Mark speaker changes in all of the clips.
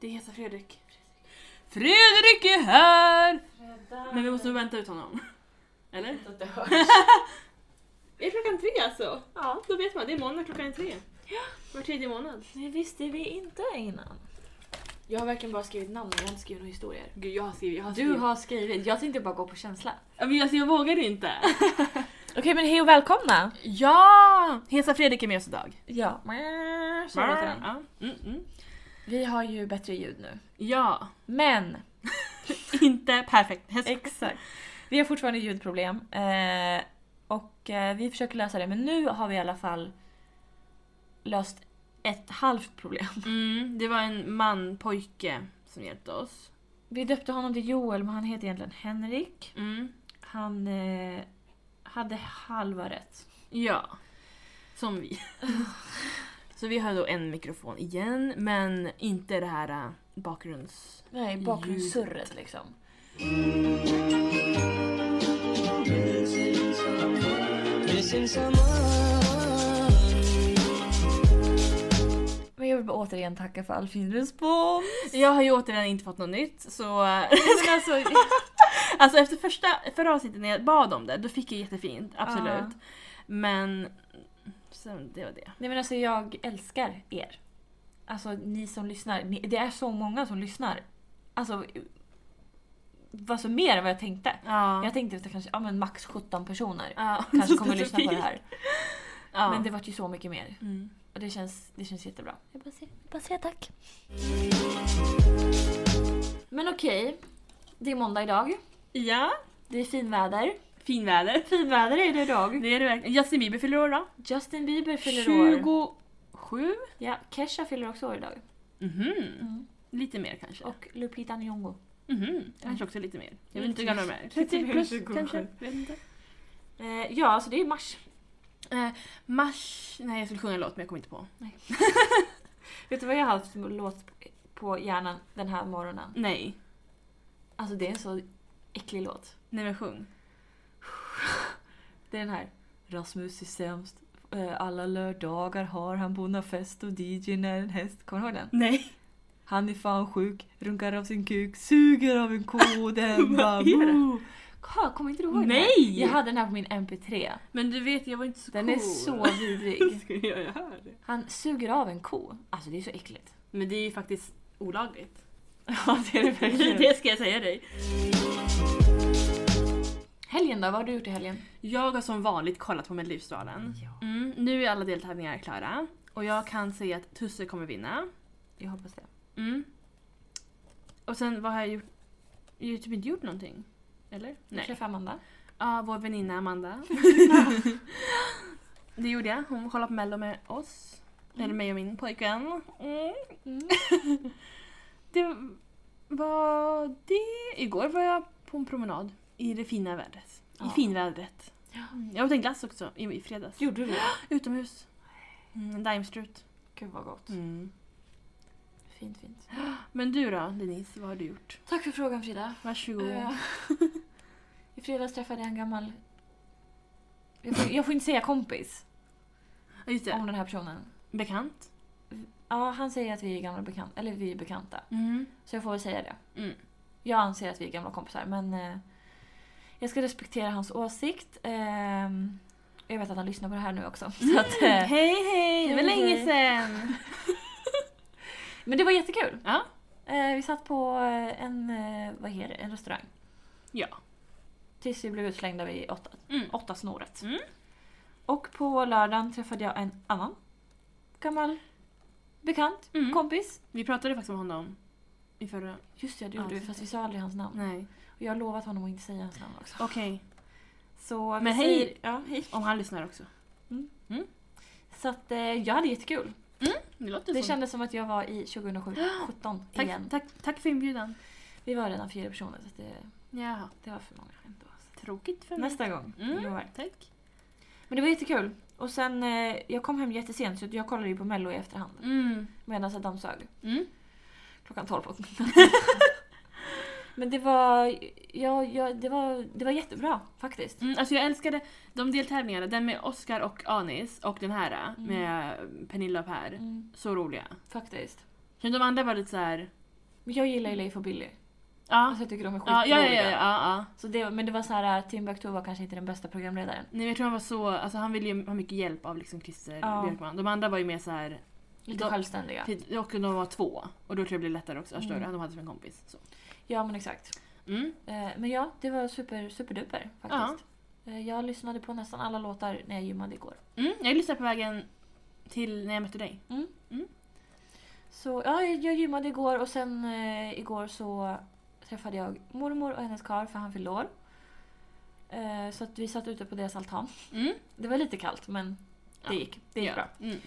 Speaker 1: Det heter Fredrik. Fredrik är här!
Speaker 2: Rädda.
Speaker 1: Men vi måste vänta ut honom. Eller?
Speaker 2: Att det hörs.
Speaker 1: Är det klockan tre alltså?
Speaker 2: Ja.
Speaker 1: Då vet man, det är måndag klockan är tre. Var tredje månad.
Speaker 2: Det visste vi inte innan. Jag har verkligen bara skrivit namn, jag har inte skrivit några historier.
Speaker 1: Gud jag har skrivit, jag har
Speaker 2: Du
Speaker 1: skrivit.
Speaker 2: har skrivit, jag tänkte bara gå på känsla.
Speaker 1: Ja, men Alltså, jag vågar inte.
Speaker 2: Okej men hej och välkomna!
Speaker 1: ja! Hesa Fredrik är med oss idag.
Speaker 2: Ja. Så heter den.
Speaker 1: Ja. Mm, mm.
Speaker 2: Vi har ju bättre ljud nu.
Speaker 1: ja,
Speaker 2: Men!
Speaker 1: inte perfekt. Häst-
Speaker 2: Exakt. Vi har fortfarande ljudproblem. Eh, och eh, vi försöker lösa det men nu har vi i alla fall löst ett halvt problem.
Speaker 1: Mm, det var en man, pojke, som hjälpte oss.
Speaker 2: Vi döpte honom till Joel men han heter egentligen Henrik.
Speaker 1: Mm.
Speaker 2: Han eh, hade halva rätt.
Speaker 1: Ja, som vi. Så vi har då en mikrofon igen, men inte det här äh, bakgrunds...
Speaker 2: Nej, bakgrundssurret liksom. Men jag vill bara återigen tacka för all fin respons.
Speaker 1: Jag har ju återigen inte fått något nytt, så... äh,
Speaker 2: Men alltså,
Speaker 1: alltså efter första, förra avsnittet när jag bad om det, då fick jag jättefint, absolut.
Speaker 2: Ja.
Speaker 1: Men... Sen, det var det.
Speaker 2: nej men alltså jag älskar er. Alltså ni som lyssnar. Ni, det är så många som lyssnar. Alltså, alltså mer än vad jag tänkte.
Speaker 1: Ja.
Speaker 2: Jag tänkte att det kanske, ja men max 17 personer
Speaker 1: ja.
Speaker 2: kanske kommer att lyssna på det här.
Speaker 1: Ja.
Speaker 2: Men det vart ju så mycket mer.
Speaker 1: Mm.
Speaker 2: Och det känns, det känns jättebra. Jag bara säger, bara säger tack. Men okej, det är måndag idag.
Speaker 1: Ja,
Speaker 2: Det är finväder.
Speaker 1: finväder.
Speaker 2: Finväder är det idag.
Speaker 1: Det är det verkligen. Justin Bieber fyller år då.
Speaker 2: Justin Bieber fyller år.
Speaker 1: 27?
Speaker 2: Ja, Kesha fyller också år idag.
Speaker 1: Mhm.
Speaker 2: Mm.
Speaker 1: Lite mer kanske.
Speaker 2: Och Lupita Nyong'o.
Speaker 1: Mhm, kanske också lite mer. Jag vet inte hur gamla de är.
Speaker 2: Lite mer
Speaker 1: 30
Speaker 2: 27.
Speaker 1: plus kanske? Vet inte.
Speaker 2: Eh, ja, alltså det är mars.
Speaker 1: Eh, mars... Nej jag skulle sjunga en låt men jag kommer inte på.
Speaker 2: Vet du vad jag har haft som låt på hjärnan den här morgonen?
Speaker 1: Nej.
Speaker 2: Alltså det är en så äcklig låt.
Speaker 1: Nej men sjung.
Speaker 2: Det är den här. Rasmus är sämst. Eh, Alla lördagar har han bonnafest och DJn är en häst. Kommer du ihåg den?
Speaker 1: Nej.
Speaker 2: Han är fan sjuk, runkar av sin kuk, suger av en ko, den
Speaker 1: Vad är det?
Speaker 2: babo. Ha, Kommer inte du ihåg den?
Speaker 1: Nej!
Speaker 2: här? Jag hade den här på min mp3.
Speaker 1: Men du vet jag var inte så
Speaker 2: Den
Speaker 1: cool.
Speaker 2: är så vidrig.
Speaker 1: Skulle jag göra det?
Speaker 2: Han suger av en ko. Alltså det är så äckligt.
Speaker 1: Men det är ju faktiskt olagligt.
Speaker 2: Ja det är det
Speaker 1: det ska jag säga dig.
Speaker 2: Helgen då, vad har du gjort i helgen?
Speaker 1: Jag har som vanligt kollat på Melodifestivalen.
Speaker 2: Ja.
Speaker 1: Mm, nu är alla deltävlingar klara och jag kan säga att Tusse kommer vinna.
Speaker 2: Jag hoppas det.
Speaker 1: Mm. Och sen vad har jag gjort? Jag har typ inte gjort någonting. Eller?
Speaker 2: Du träffade Amanda.
Speaker 1: Ja, vår väninna Amanda. det gjorde jag. Hon kollade på Mello med oss. Eller
Speaker 2: Mm.
Speaker 1: mig och min pojkvän. Mm. Det var det. Igår var jag på en promenad i det fina vädret.
Speaker 2: Ja.
Speaker 1: I finvädret.
Speaker 2: Ja.
Speaker 1: Jag åt en glass också i, i fredags.
Speaker 2: Gjorde du det?
Speaker 1: Utomhus. Mm, en daimstrut.
Speaker 2: Gud vad gott. Fint fint.
Speaker 1: Men du då Denise, vad har du gjort?
Speaker 2: Tack för frågan Frida.
Speaker 1: Varsågod.
Speaker 2: Eh, I fredags träffade jag en gammal... Jag får, jag får inte säga kompis
Speaker 1: Ja, Just
Speaker 2: om
Speaker 1: det.
Speaker 2: den här personen.
Speaker 1: Bekant.
Speaker 2: Ja, han säger att vi är gamla bekanta. Eller vi är bekanta.
Speaker 1: Mm.
Speaker 2: Så jag får väl säga det.
Speaker 1: Mm.
Speaker 2: Jag anser att vi är gamla kompisar men eh, jag ska respektera hans åsikt. Ehm, jag vet att han lyssnar på det här nu också. Så att, eh,
Speaker 1: Hej hej! Det var
Speaker 2: Hej,
Speaker 1: länge
Speaker 2: hej.
Speaker 1: sedan!
Speaker 2: men det var jättekul.
Speaker 1: Ja.
Speaker 2: Eh, vi satt på eh, en, eh, vad heter det, en restaurang.
Speaker 1: Ja.
Speaker 2: Tills vi blev utslängda vid åtta,
Speaker 1: Mm.
Speaker 2: åtta snåret.
Speaker 1: Mm.
Speaker 2: Och på lördagen träffade jag en annan gammal bekant,
Speaker 1: Mm.
Speaker 2: kompis.
Speaker 1: Vi pratade faktiskt om honom i förra...
Speaker 2: Just det, det
Speaker 1: Ja,
Speaker 2: gjorde vi
Speaker 1: det-
Speaker 2: fast vi sa aldrig hans namn.
Speaker 1: Nej.
Speaker 2: Och jag har lovat honom att inte säga hans namn också.
Speaker 1: Okej.
Speaker 2: Så vi
Speaker 1: Men hej.
Speaker 2: säger- Ja, hej.
Speaker 1: Om han lyssnar också.
Speaker 2: Så att, eh, jag hade jättekul.
Speaker 1: Det låter
Speaker 2: Det
Speaker 1: så.
Speaker 2: kändes som att jag var i 2017 igen.
Speaker 1: Tack, tack, tack för inbjudan.
Speaker 2: Vi var redan fyra personer så att det,
Speaker 1: Jaha.
Speaker 2: det var för många ändå. Så.
Speaker 1: Tråkigt för mig.
Speaker 2: Nästa gång,
Speaker 1: Mm.
Speaker 2: jag lovar.
Speaker 1: Tack.
Speaker 2: Men det var jättekul. Och sen, eh, jag kom hem jättesent så att jag kollade ju på mello i efterhand.
Speaker 1: Mm.
Speaker 2: Medan jag dammsög.
Speaker 1: Mm.
Speaker 2: Klockan 12 på Men det var, ja, ja, det, var, det var jättebra faktiskt.
Speaker 1: Mm, alltså jag älskade de deltävlingarna, den med Oscar och Anis och den här med Pernilla och Per.
Speaker 2: Mm,
Speaker 1: Så roliga.
Speaker 2: faktiskt.
Speaker 1: Men de andra var lite så här.
Speaker 2: Men jag gillar ju Leif och Billy.
Speaker 1: Ja,
Speaker 2: Alltså jag tycker de är
Speaker 1: ja,
Speaker 2: skitroliga.
Speaker 1: ja, ja, ja, ja, ja.
Speaker 2: Så det, men det var så här, äh, Tim Timbuktu var kanske inte den bästa programledaren.
Speaker 1: Nej, men jag tror han var så, alltså han ville ju ha mycket hjälp av liksom Christer
Speaker 2: Ja.
Speaker 1: Björkman. De andra var ju mer så här,
Speaker 2: Lite
Speaker 1: De-
Speaker 2: självständiga.
Speaker 1: och de var två. Och då tror jag det blev lättare också, förstår
Speaker 2: Mm.
Speaker 1: du? De hade som en kompis. Så.
Speaker 2: Ja men exakt.
Speaker 1: Mm.
Speaker 2: Eh, men ja, det var super, superduper faktiskt. Eh, jag lyssnade på nästan alla låtar när jag gymmade igår.
Speaker 1: Mm, jag lyssnade på vägen till när jag mötte dig.
Speaker 2: Så ja, jag jag gymmade igår och sen eh, igår så träffade jag mormor och hennes karl för han fyllde år. Eh, så att vi satt ute på deras altan.
Speaker 1: Mm.
Speaker 2: Det var lite kallt men
Speaker 1: Ja.
Speaker 2: det gick. Det gick
Speaker 1: ja.
Speaker 2: bra.
Speaker 1: Mm.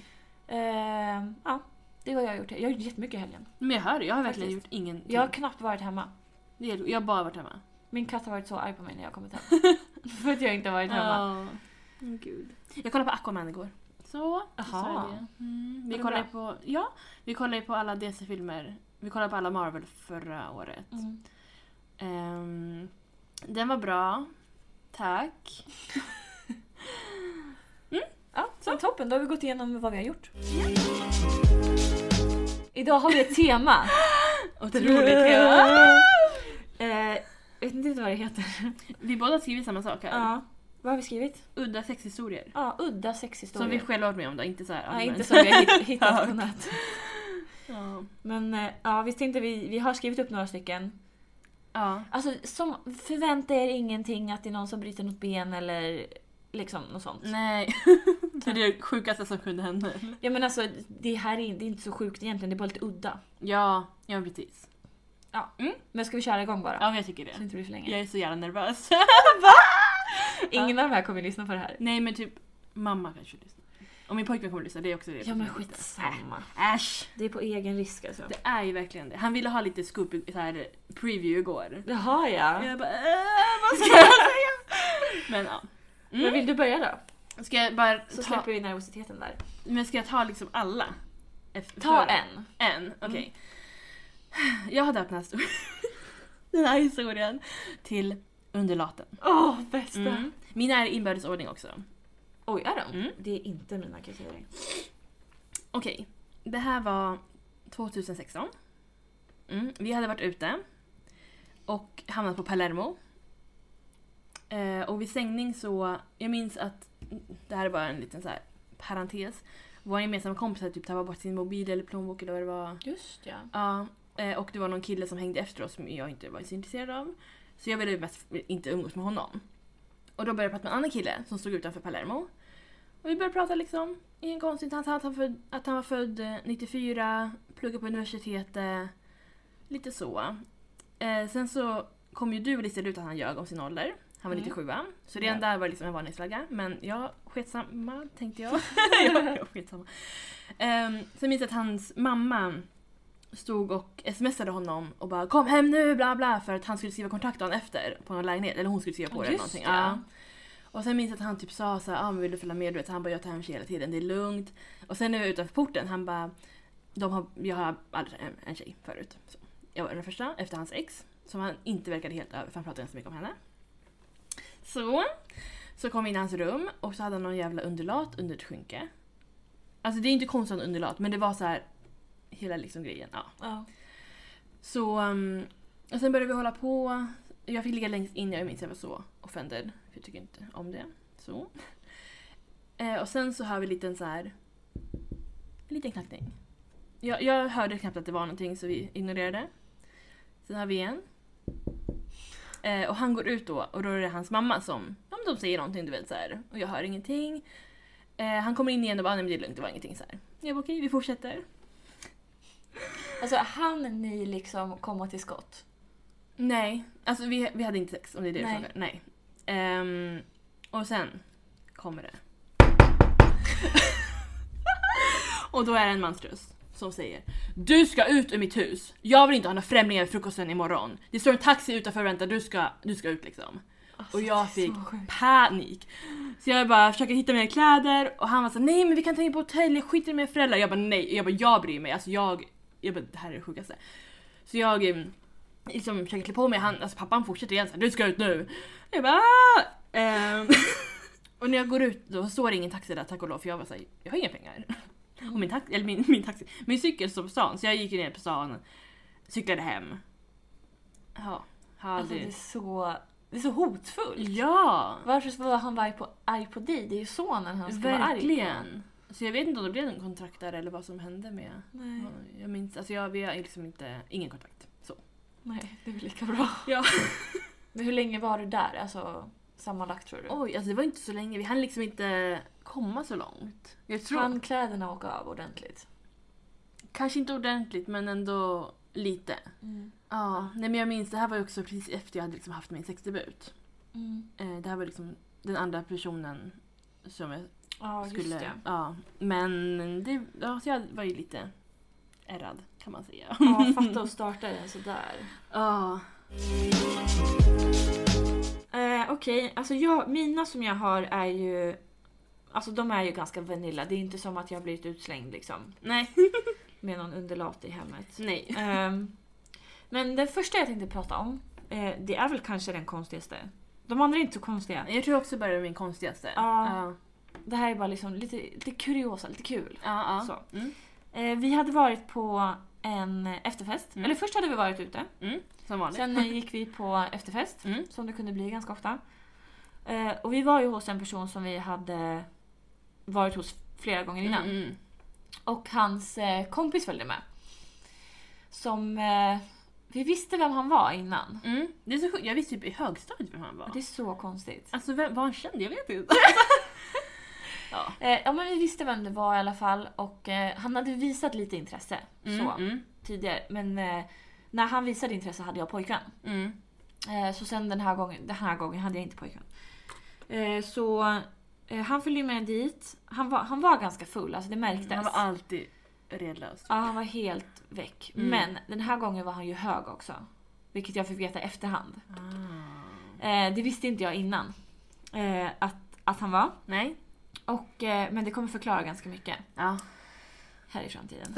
Speaker 2: Eh, ja, det var jag gjort. Jag har gjort jättemycket i helgen.
Speaker 1: Men jag hör det, jag har verkligen
Speaker 2: Faktiskt.
Speaker 1: gjort typ. ingenting.
Speaker 2: Jag har knappt varit hemma.
Speaker 1: Det är- Jag har bara varit hemma.
Speaker 2: Min katt har varit så arg på mig när jag har kommit hem. för att jag inte har varit hemma.
Speaker 1: Ja. Mm, Gud. Jag kollade på Aquaman igår. Så,
Speaker 2: Jaha.
Speaker 1: så är det. Mm,
Speaker 2: Var
Speaker 1: vi
Speaker 2: det
Speaker 1: kollade på, ja, vi kollade ju på alla DC-filmer. Vi kollade på alla Marvel förra året.
Speaker 2: Mm.
Speaker 1: Ehm, den var bra. Tack.
Speaker 2: Ja, så toppen. Då har vi gått igenom vad vi har gjort. Idag har vi ett tema.
Speaker 1: Otroligt.
Speaker 2: Eh, vet inte vad det heter.
Speaker 1: Vi båda har skrivit samma sak här.
Speaker 2: Ja. Vad har vi skrivit?
Speaker 1: Udda sexhistorier.
Speaker 2: Ja, udda sexhistorier.
Speaker 1: Som vi själva varit med om då, inte så här.
Speaker 2: ja,
Speaker 1: allmänt.
Speaker 2: inte som vi har hitt- hittat på nätet.
Speaker 1: Ja.
Speaker 2: Men eh, ja, visst inte vi, vi har skrivit upp några stycken.
Speaker 1: ja.
Speaker 2: Alltså, som, förvänta er ingenting att det är någon som bryter något ben eller liksom något sånt.
Speaker 1: Nej. det är det sjukaste som kunde hända.
Speaker 2: Ja men alltså, det här är, det är inte så sjukt egentligen, det är bara lite udda.
Speaker 1: Ja, ja precis.
Speaker 2: Men ska vi köra igång bara?
Speaker 1: Ja, men jag tycker
Speaker 2: Så
Speaker 1: det.
Speaker 2: det inte blir för länge.
Speaker 1: Jag är så jävla nervös.
Speaker 2: Ingen av de här kommer lyssna på det här.
Speaker 1: Nej men typ, mamma kanske lyssnar. Och min pojkvän kommer lyssna, det är också det.
Speaker 2: Ja men skitsamma.
Speaker 1: Äsch!
Speaker 2: Det är på egen risk alltså.
Speaker 1: Det är ju verkligen det. Han ville ha lite scoop, så här, preview igår.
Speaker 2: Jaha ja.
Speaker 1: Jag bara äh, vad ska jag säga? Men ja.
Speaker 2: Men
Speaker 1: Mm.
Speaker 2: vill du börja då?
Speaker 1: Ska jag bara
Speaker 2: Så
Speaker 1: ta,
Speaker 2: släpper vi nervositeten där.
Speaker 1: men ska jag ta liksom alla? Efter-
Speaker 2: Ta
Speaker 1: före?
Speaker 2: en.
Speaker 1: En, okej. Jag har döpt den här, stor- den här historien till Underlaten.
Speaker 2: Åh, bästa.
Speaker 1: Mm. Mina är i inbördes ordning också.
Speaker 2: Oj, är de?
Speaker 1: Mm.
Speaker 2: Det är inte mina kan jag säga dig.
Speaker 1: Okej, det här var 2016. Mm. Vi hade varit ute och hamnat på Palermo. Eh, och vid sängning så, jag minns att, mm, det här är bara en liten så här parentes, vår gemensamma kompis hade typ tappat bort sin mobil eller plånbok eller vad det var.
Speaker 2: Just ja.
Speaker 1: Ja, eh, och det var någon kille som hängde efter oss som jag inte var så intresserad av. Så jag ville mest inte umgås med honom. Och då började jag prata med en annan kille som stod utanför Palermo. Och vi började prata liksom, ingen konstigt, han sa att han, född, att han var född eh, 94, pluggade på universitetet, lite så. Eh, sen så kom ju du och listade ut att han ljög om sin ålder. Han var
Speaker 2: Mm.
Speaker 1: 97 Så redan
Speaker 2: Ja.
Speaker 1: där var liksom en varningsflagga. Men jag sket samma tänkte jag. jag, jag sket samma. Ehm, sen minns jag att hans mamma stod och smsade honom och bara kom hem nu bla bla för att han skulle skriva kontrakt dagen efter på någon lägenhet. Eller hon skulle skriva på det eller
Speaker 2: Just
Speaker 1: någonting.
Speaker 2: ja.
Speaker 1: Och sen minns jag att han typ sa så här, ah, men vill du följa med? Du vet, så han bara, jag tar hem tjejer hela tiden, det är lugnt. Och sen när vi var utanför porten, han bara, de har, jag har aldrig en, en tjej förut. Så. Jag var den första efter hans ex, som han inte verkade helt över, för han pratade inte så mycket om henne. Så, så kom vi in i hans rum och så hade han någon jävla undulat under ett skynke. Alltså det är inte konstigt att ha en undulat, men det var så här hela liksom grejen. Ja.
Speaker 2: Ja.
Speaker 1: Så, um, och sen började vi hålla på. Jag fick ligga längst in, jag minns jag var så offended. För jag tycker inte om det. Så. Eh, och sen så hör vi en liten så här, en liten knackning. Jag, jag hörde knappt att det var någonting så vi ignorerade. Sen hör vi igen. Eh, och han går ut då och då är det hans mamma som, om de säger någonting du vet så här. och jag hör ingenting. Eh, han kommer in igen och bara nej men det är lugnt, det var ingenting så här. Jag bara okej, vi fortsätter.
Speaker 2: Alltså han ni liksom komma till skott?
Speaker 1: Nej, alltså vi, vi hade inte sex om det är det
Speaker 2: Nej.
Speaker 1: du frågar. Nej. Ehm, och sen kommer det. och då är det en mansröst som säger Du ska ut ur mitt hus! Jag vill inte ha några främlingar i frukosten imorgon. Det står en taxi utanför och väntar, du ska, du ska ut liksom.
Speaker 2: Alltså,
Speaker 1: Och jag
Speaker 2: det är
Speaker 1: fick-
Speaker 2: så sjukt.
Speaker 1: Panik! Så jag bara försöker hitta mina kläder och han var så här, nej men vi kan ta in på hotell, jag skiter i mina föräldrar. Jag bara nej, jag bara jag bryr mig. Alltså jag, jag bara det här är det sjukaste. Så jag em, liksom försöker klä på mig, han, alltså pappan fortsätter igen så här, du ska ut nu. Jag bara "Ah!" Ehm, Och när jag går ut då står det ingen taxi där tack och lov för jag var såhär, jag har inga pengar. Och min, tax- eller min, min taxi, min cykel står på stan så jag gick ju ner på stan Cyklade hem. Ja, hade...
Speaker 2: Alltså det är så, det är så hotfullt.
Speaker 1: Ja!
Speaker 2: Varför ska vara han vara arg på, arg på dig? Det är ju sonen han ska vara arg på.
Speaker 1: Verkligen. Så jag vet inte om det blev någon kontakt där eller vad som hände med...
Speaker 2: Nej,
Speaker 1: Jag minns, alltså jag, vi har liksom inte, ingen kontakt. Så.
Speaker 2: nej, det är väl lika bra.
Speaker 1: Ja.
Speaker 2: Men hur länge var du där? Alltså sammanlagt tror du?
Speaker 1: Oj, alltså det var inte så länge, vi hann liksom inte komma så långt. Jag tror,
Speaker 2: Handkläderna åka av ordentligt.
Speaker 1: kanske inte ordentligt men ändå lite.
Speaker 2: Mm.
Speaker 1: Ja, nej men jag minns, det här var ju också precis efter jag hade liksom haft min sexdebut.
Speaker 2: Mm.
Speaker 1: Eh, det här var liksom den andra personen som jag
Speaker 2: Ja, just
Speaker 1: skulle...
Speaker 2: det.
Speaker 1: ja, men det, ja, så jag var ju lite ärrad kan man säga.
Speaker 2: Ja, fatta och starta den sådär.
Speaker 1: Ja.
Speaker 2: Eh, Okej, alltså jag, mina som jag har är ju... Alltså de är ju ganska vanilla. Det är inte som att jag har blivit utslängd liksom.
Speaker 1: Nej.
Speaker 2: Med någon underlat i hemmet.
Speaker 1: Nej.
Speaker 2: Ehm, men den första jag tänkte prata om, eh, det är väl kanske den konstigaste. De andra är inte så konstiga.
Speaker 1: Jag tror också bara det är min konstigaste.
Speaker 2: Ja.
Speaker 1: Ja.
Speaker 2: Det här är bara liksom lite, lite kuriosa, lite kul.
Speaker 1: Ja, ja.
Speaker 2: Så.
Speaker 1: Mm.
Speaker 2: Eh, vi hade varit på en efterfest.
Speaker 1: Mm.
Speaker 2: Eller först hade vi varit ute.
Speaker 1: Mm. Som vanligt.
Speaker 2: Sen eh, gick vi på efterfest,
Speaker 1: Mm.
Speaker 2: som det kunde bli ganska ofta. Eh, och vi var ju hos en person som vi hade varit hos flera gånger innan.
Speaker 1: Mm, mm.
Speaker 2: Och hans eh, kompis följde med. Som... Eh, vi visste vem han var innan.
Speaker 1: Mm. Det är så sjukt, jag visste typ i högstadiet vem han var.
Speaker 2: Det är så konstigt.
Speaker 1: Alltså vem, var han känd? Jag vet inte. ja.
Speaker 2: Eh, ja men vi visste vem det var i alla fall och eh, han hade visat lite intresse
Speaker 1: Mm,
Speaker 2: så,
Speaker 1: mm,
Speaker 2: tidigare. Men eh, när han visade intresse hade jag pojkvän.
Speaker 1: mm.
Speaker 2: Eh, så sen den här gången, den här gången hade jag inte pojkvän. Eh, så eh, han följde med dit. Han var, han var ganska full, alltså det märktes.
Speaker 1: Mm, Han var alltid redlös.
Speaker 2: ja, han var helt väck.
Speaker 1: Mm.
Speaker 2: Men den här gången var han ju hög också. Vilket jag fick veta i efterhand.
Speaker 1: Ah.
Speaker 2: Eh, det visste inte jag innan. Eh, att, att han var.
Speaker 1: Nej.
Speaker 2: Och, eh, men det kommer förklara ganska mycket.
Speaker 1: Ja.
Speaker 2: här i framtiden.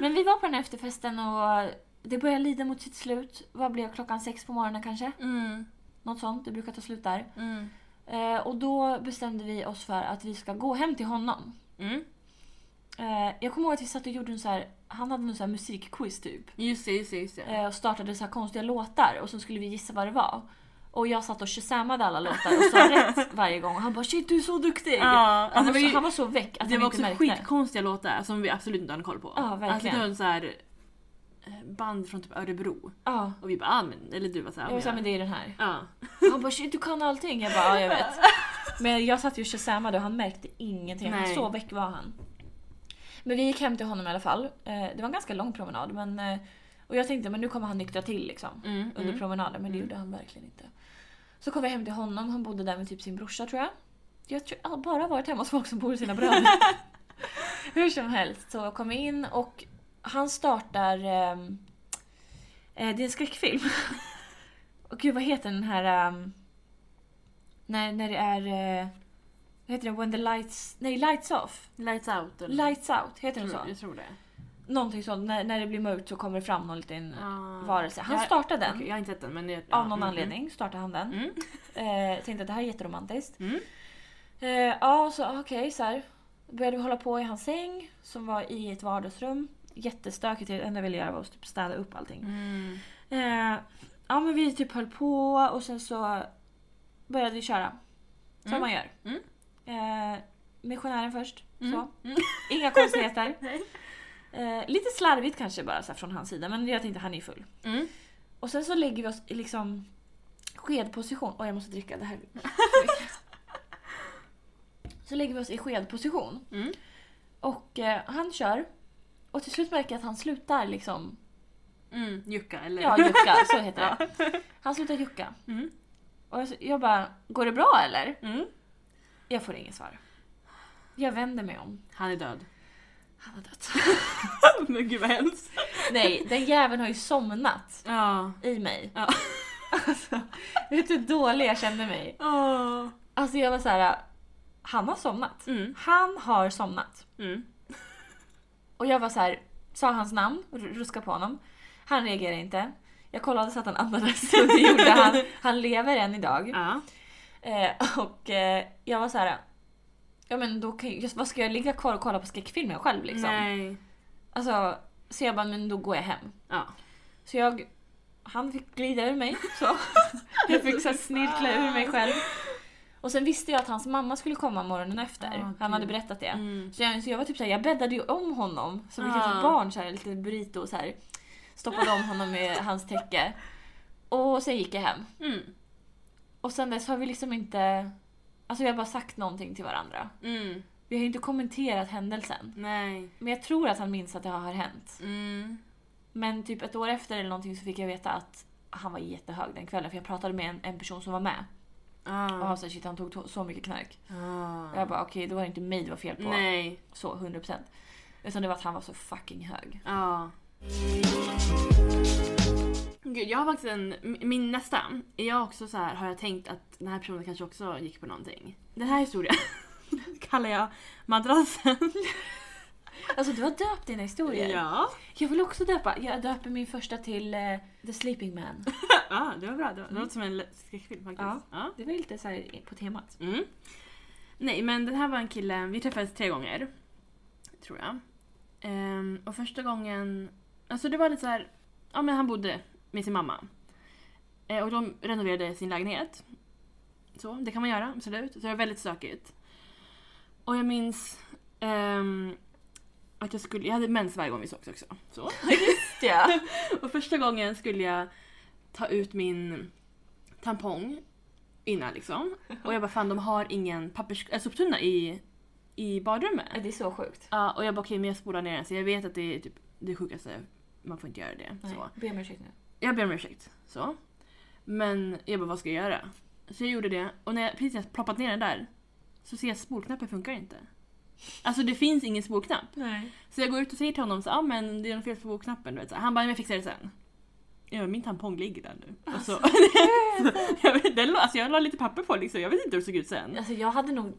Speaker 2: Men vi var på den här efterfesten och det började lida mot sitt slut. Vad blev klockan sex på morgonen kanske?
Speaker 1: Mm,
Speaker 2: Något sånt, det brukar ta slut där.
Speaker 1: mm.
Speaker 2: Eh, och då bestämde vi oss för att vi ska gå hem till honom.
Speaker 1: Mm.
Speaker 2: Eh, jag kommer ihåg att vi satt och gjorde en så här, han hade en så här musikquiz typ.
Speaker 1: Just det, just det, just det.
Speaker 2: Eh, och startade så här konstiga låtar och så skulle vi gissa vad det var. Och jag satt och shazammade alla låtar och sa rätt varje gång. Och han bara “shit du är så duktig!”
Speaker 1: Ja,
Speaker 2: han,
Speaker 1: alltså
Speaker 2: var
Speaker 1: det var
Speaker 2: så,
Speaker 1: ju-
Speaker 2: han var så väck att
Speaker 1: det
Speaker 2: han
Speaker 1: var
Speaker 2: inte
Speaker 1: också
Speaker 2: märkte.
Speaker 1: skitkonstiga låtar som vi absolut inte hade koll på.
Speaker 2: Ja,
Speaker 1: Alltså
Speaker 2: verkligen.
Speaker 1: det var en så här eh, band från typ Örebro.
Speaker 2: Ja.
Speaker 1: Och vi bara, ah, men, eller du var såhär,
Speaker 2: Jag var såhär, men det är den här.
Speaker 1: ja.
Speaker 2: Han bara shit du kan allting. Jag bara ja jag vet. Men jag satt ju och shazammade och han märkte ingenting. Han
Speaker 1: Nej.
Speaker 2: så väck var han. Men vi gick hem till honom i alla fall. Eh, Det var en ganska lång promenad. Men, eh, och jag tänkte men nu kommer han nyktra till liksom.
Speaker 1: Mm,
Speaker 2: Under
Speaker 1: mm.
Speaker 2: promenaden. Men det gjorde han verkligen inte. Så kom vi hem till honom. Han bodde där med typ sin brorsa tror jag. Jag tror jag har bara varit hemma hos folk som bor hos sina bröder. Hur som helst så kom vi in och han startar... ehm, eh, det är en skräckfilm. och gud vad heter den här... ehm, när, när det är... eh, vad heter det? When the lights... Nej, lights off.
Speaker 1: Lights out. Eller?
Speaker 2: Lights out, heter
Speaker 1: jag,
Speaker 2: den så?
Speaker 1: tror, jag tror det.
Speaker 2: Någonting sånt. När, när det blir mörkt så kommer det fram någon liten
Speaker 1: Ah.
Speaker 2: varelse. Han
Speaker 1: jag,
Speaker 2: startar den.
Speaker 1: okej, jag har inte sett den men... Jag, ja,
Speaker 2: Av någon
Speaker 1: mm,
Speaker 2: anledning startar han den.
Speaker 1: Mm.
Speaker 2: Eh, tänkte att det här är jätteromantiskt.
Speaker 1: Mm.
Speaker 2: Eh, ja, så okej så här. Började vi hålla på i hans säng som var i ett vardagsrum. Jättestökigt, det enda jag ville göra var att typ städa upp allting.
Speaker 1: Mm.
Speaker 2: Eh, ja men vi typ höll på och sen så började vi köra. Som
Speaker 1: Mm.
Speaker 2: man gör.
Speaker 1: Mm.
Speaker 2: Eh, missionären först.
Speaker 1: Mm.
Speaker 2: Så.
Speaker 1: Mm.
Speaker 2: Inga konstigheter.
Speaker 1: Nej.
Speaker 2: eh, lite slarvigt kanske bara så här, från hans sida men jag tänkte han är ju full.
Speaker 1: Mm.
Speaker 2: Och sen så lägger vi oss i liksom skedposition. Oj, jag måste dricka. Det här Så lägger vi oss i skedposition.
Speaker 1: Mm.
Speaker 2: Och eh, han kör. Och till slut märker jag att han slutar liksom...
Speaker 1: Mm. Jucka eller?
Speaker 2: Ja, jucka. Så heter det. Han slutar jucka.
Speaker 1: Mm.
Speaker 2: Och jag, jag bara, går det bra eller?
Speaker 1: Mm.
Speaker 2: Jag får inget svar. Jag vänder mig om.
Speaker 1: Han är död.
Speaker 2: Han har dött.
Speaker 1: men gud vad hemskt.
Speaker 2: Nej, den jäveln har ju somnat
Speaker 1: Ja.
Speaker 2: i mig.
Speaker 1: Ja.
Speaker 2: Alltså, vet du hur dålig jag kände mig?
Speaker 1: Oh.
Speaker 2: Alltså jag var så här. han har somnat.
Speaker 1: Mm.
Speaker 2: Han har somnat.
Speaker 1: Mm.
Speaker 2: Och jag var så här, sa hans namn, r- ruskade på honom. Han reagerade inte. Jag kollade så att han andades och det gjorde han. Han lever än idag.
Speaker 1: Ja.
Speaker 2: Eh, och eh, jag var så här. ja men då kan jag, vad ska jag ligga kvar och kolla på skräckfilmer själv liksom?
Speaker 1: Nej.
Speaker 2: Alltså, Så jag bara, men då går jag hem.
Speaker 1: Ja.
Speaker 2: Så jag, han fick glida ur mig. Så. Jag fick så här snirkla ur mig själv. Och sen visste jag att hans mamma skulle komma morgonen efter.
Speaker 1: Ah,
Speaker 2: han hade
Speaker 1: gud.
Speaker 2: berättat det.
Speaker 1: Mm.
Speaker 2: Så jag, så jag var typ såhär, jag bäddade ju om honom som ett
Speaker 1: Ah.
Speaker 2: litet barn, såhär, lite burrito och såhär. Stoppade om honom i hans täcke. Och sen gick jag hem.
Speaker 1: Mm.
Speaker 2: Och sen dess har vi liksom inte... Alltså vi har bara sagt någonting till varandra.
Speaker 1: Mm.
Speaker 2: Vi har ju inte kommenterat händelsen.
Speaker 1: Nej.
Speaker 2: Men jag tror att han minns att det har hänt.
Speaker 1: Mm.
Speaker 2: Men typ ett år efter eller någonting så fick jag veta att han var jättehög den kvällen. För jag pratade med en, en person som var med.
Speaker 1: Ah.
Speaker 2: Och han sa shit han tog to- så mycket knark.
Speaker 1: Ah.
Speaker 2: Och jag bara okej, då var det inte mig det var fel på.
Speaker 1: Nej.
Speaker 2: Så 100%. Utan det var att han var så fucking hög.
Speaker 1: Ja. Gud, jag har faktiskt en... m- Min nästa. är Jag också så här, har jag tänkt att den här personen kanske också gick på någonting. Den här historien kallar jag madrassen.
Speaker 2: Alltså du har döpt dina historier.
Speaker 1: Ja.
Speaker 2: Jag vill också döpa. Jag döper min första till eh, The Sleeping Man.
Speaker 1: ja, det var bra. Det, var, det låter som en lä- skräckfilm faktiskt.
Speaker 2: Ja.
Speaker 1: Ja.
Speaker 2: Det var ju lite såhär på temat.
Speaker 1: Mm. Nej, men den här var en kille, vi träffades tre gånger. Tror jag. Ehm, och första gången, alltså det var lite så här, ja men han bodde med sin mamma. Eh, och de renoverade sin lägenhet. Så, det kan man göra, absolut. Så det var väldigt stökigt. Och jag minns ehm, att jag skulle, jag hade mens varje gång vi sågs också. Så.
Speaker 2: Ja.
Speaker 1: Och första gången skulle jag ta ut min tampong innan liksom. Och jag bara fan de har ingen pappers- äh, soptunna i, i badrummet.
Speaker 2: Det är så sjukt.
Speaker 1: Ja, och jag bara okej men jag spolar ner den så jag vet att det är typ det sjukaste, man får inte göra det.
Speaker 2: Nej,
Speaker 1: Så.
Speaker 2: Be om ursäkt nu.
Speaker 1: Jag ber om ursäkt. Så. Men jag bara vad ska jag göra? Så jag gjorde det och när jag precis när jag ploppat ner den där så ser jag att spolknappen funkar inte. Alltså det finns ingen spolknapp.
Speaker 2: Nej.
Speaker 1: Så jag går ut och säger till honom så, ah, men det är något fel på bokknappen. Du vet, så. här. Han bara, men jag fixar det sen. Ja, min tampong ligger där nu. Och så, jag, vet, den, la- alltså, jag la lite papper på liksom, jag vet inte hur det såg ut sen.
Speaker 2: Alltså jag hade nog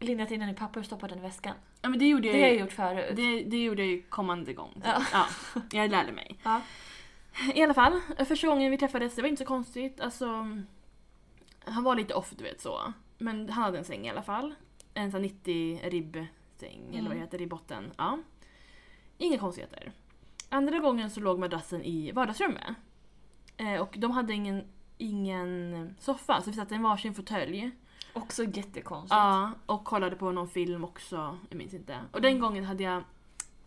Speaker 2: lindat in den i papper och stoppat den i väskan.
Speaker 1: Ja, men det gjorde jag,
Speaker 2: Det har jag
Speaker 1: ju-
Speaker 2: gjort förut.
Speaker 1: det, det gjorde jag ju kommande gång. Så,
Speaker 2: Ja.
Speaker 1: Ja, jag lärde mig.
Speaker 2: Ja.
Speaker 1: I alla fall, första gången vi träffades, det var inte så konstigt. Alltså, han var lite off du vet så. Men han hade en säng i alla fall. En sån 90 ribbsäng, eller vad
Speaker 2: Mm.
Speaker 1: det heter, ribbotten. Ja. Inga konstigheter. Andra gången så låg madrassen i vardagsrummet. Eh, och de hade ingen, ingen soffa, så vi satt i en varsin fåtölj.
Speaker 2: Också jättekonstigt.
Speaker 1: Ja, och kollade på någon film också, jag minns inte. Och
Speaker 2: Mm.
Speaker 1: den gången hade jag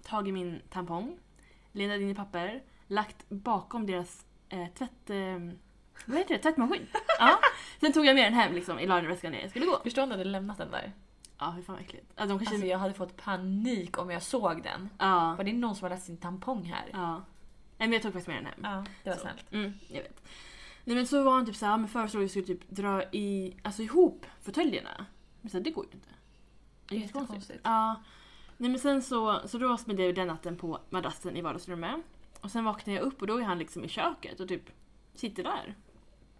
Speaker 1: tagit min tampong, lindat in i papper, lagt bakom deras eh, tvätt... Eh, vad heter det? Tvättmaskin? ja. Sen tog jag med den hem liksom, i lagret när jag skulle gå.
Speaker 2: Förstår ni att jag lämnat den där?
Speaker 1: Ja, hur fan vad äckligt. Ja, de kanske...
Speaker 2: Alltså jag hade fått panik om jag såg den.
Speaker 1: ja.
Speaker 2: Var det någon som har lagt sin tampong här?
Speaker 1: ja. Nej, men jag tog faktiskt med den hem.
Speaker 2: Ja, det var
Speaker 1: Så.
Speaker 2: snällt.
Speaker 1: Mm, jag vet. Nej men så var han typ såhär, men föreslog att vi skulle typ dra i, alltså ihop fåtöljerna. Men så här, det går ju inte.
Speaker 2: Det är jättekonstigt.
Speaker 1: Ja. Nej men sen så, så då spenderade jag den natten på madrassen i vardagsrummet. Och sen vaknade jag upp och då är han liksom i köket och typ sitter där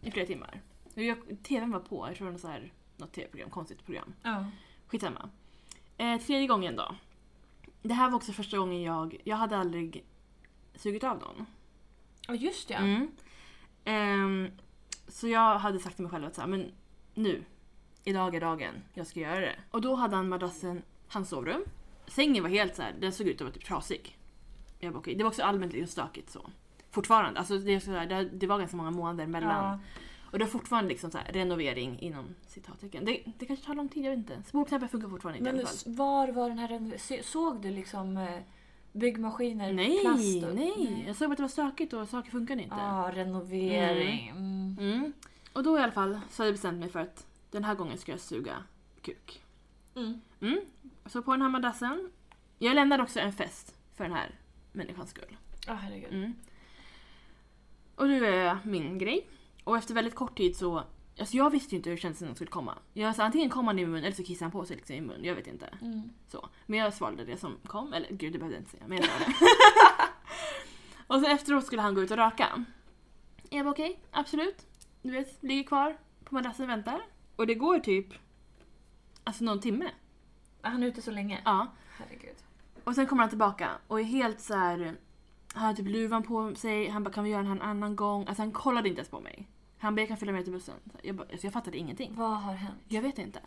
Speaker 1: i flera timmar. Och Jag, TVn var på, jag tror det var något så här- något TV-program, konstigt program.
Speaker 2: Ja.
Speaker 1: Skitsamma. Eh, tredje gången då. Det här var också första gången jag, jag hade aldrig sugit av någon.
Speaker 2: Ja just ja.
Speaker 1: Mm. Ehm, så jag hade sagt till mig själv att så här, men nu, idag är dagen, jag ska göra det. Och då hade han madrassen, hans sovrum. Sängen var helt så här, den såg ut att vara typ trasig. Jag bara, okej. Det var också allmänt lite stökigt så. Fortfarande, alltså det, är så här, det, det var ganska många månader mellan.
Speaker 2: Ja.
Speaker 1: Och det var fortfarande liksom så här, renovering inom citattecken. Det, det kanske tar lång tid, jag vet inte. Spolknappen funkar fortfarande inte i
Speaker 2: Men
Speaker 1: alla fall.
Speaker 2: s- var var den här renoveringen? Se- Såg du liksom eh, byggmaskiner,
Speaker 1: Nej,
Speaker 2: plast? och-
Speaker 1: nej! Jag såg att det var stökigt och saker funkade inte.
Speaker 2: Ja, renovering. Mm.
Speaker 1: Mm. Och då i alla fall så hade jag bestämt mig för att den här gången ska jag suga kuk.
Speaker 2: Mm.
Speaker 1: Mm. Så på den här madrassen. Jag lämnade också en fest för den här människans skull.
Speaker 2: Ja, Ah, herregud.
Speaker 1: Mm. Och nu är jag min grej. Och efter väldigt kort tid så... Alltså jag visste ju inte hur känslan skulle komma. Jag sa antingen kom han i min mun eller så kissade han på sig liksom i min mun. Jag vet inte.
Speaker 2: Mm.
Speaker 1: Så. Men jag svalde det som kom. Eller gud, det behövde jag inte säga. Men jag sa det. och sen efteråt skulle han gå ut och röka. Jag bara okej, absolut. Du vet, ligger kvar på madrassen och väntar. Och det går typ alltså någon timme.
Speaker 2: Ah, Han är ute så länge.
Speaker 1: Ja.
Speaker 2: Herregud.
Speaker 1: Och sen kommer han tillbaka och är helt så här. Han har typ luvan på sig. Han bara kan vi göra den här en annan gång? Alltså han kollade inte ens på mig. Han bara jag kan följa med till bussen. Så Jag, bara, alltså, jag fattade ingenting.
Speaker 2: Vad har hänt?
Speaker 1: Jag vet inte.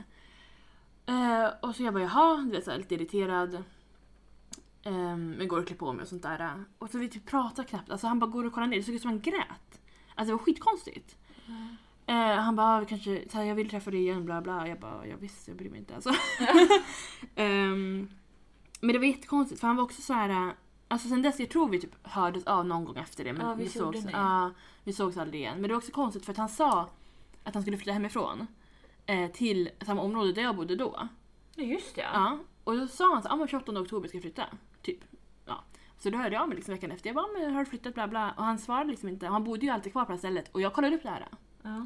Speaker 1: Eh, och så jag bara jaha, du vet såhär lite irriterad. Ehm, men går och klär på mig och sånt där. Och så vi typ pratar knappt. Alltså han bara går och kollar ner. Det såg ut som han grät. Alltså det var skitkonstigt. Eh, han bara, "Ah, vi kanske, så här, jag vill träffa dig igen bla bla. Jag bara, jag visst jag bryr mig inte alltså. Ehm, men det var jättekonstigt för han var också så här. eh, Alltså sen dess, jag tror vi typ hördes av någon gång efter det. Men
Speaker 2: Ja, vi
Speaker 1: vi,
Speaker 2: gjorde
Speaker 1: sågs,
Speaker 2: det.
Speaker 1: ja, vi sågs aldrig igen. Men det var också konstigt för att han sa att han skulle flytta hemifrån. Eh, till samma område där jag bodde då.
Speaker 2: Ja, just det. Ja.
Speaker 1: Ja, och då sa han så, ah, men 28 oktober ska jag flytta. Typ. Ja. Så då hörde jag av mig liksom veckan efter. Jag bara, ah, men har du flyttat bla bla. Och han svarade liksom inte. Han bodde ju alltid kvar på det här stället. Och jag kollade upp det här.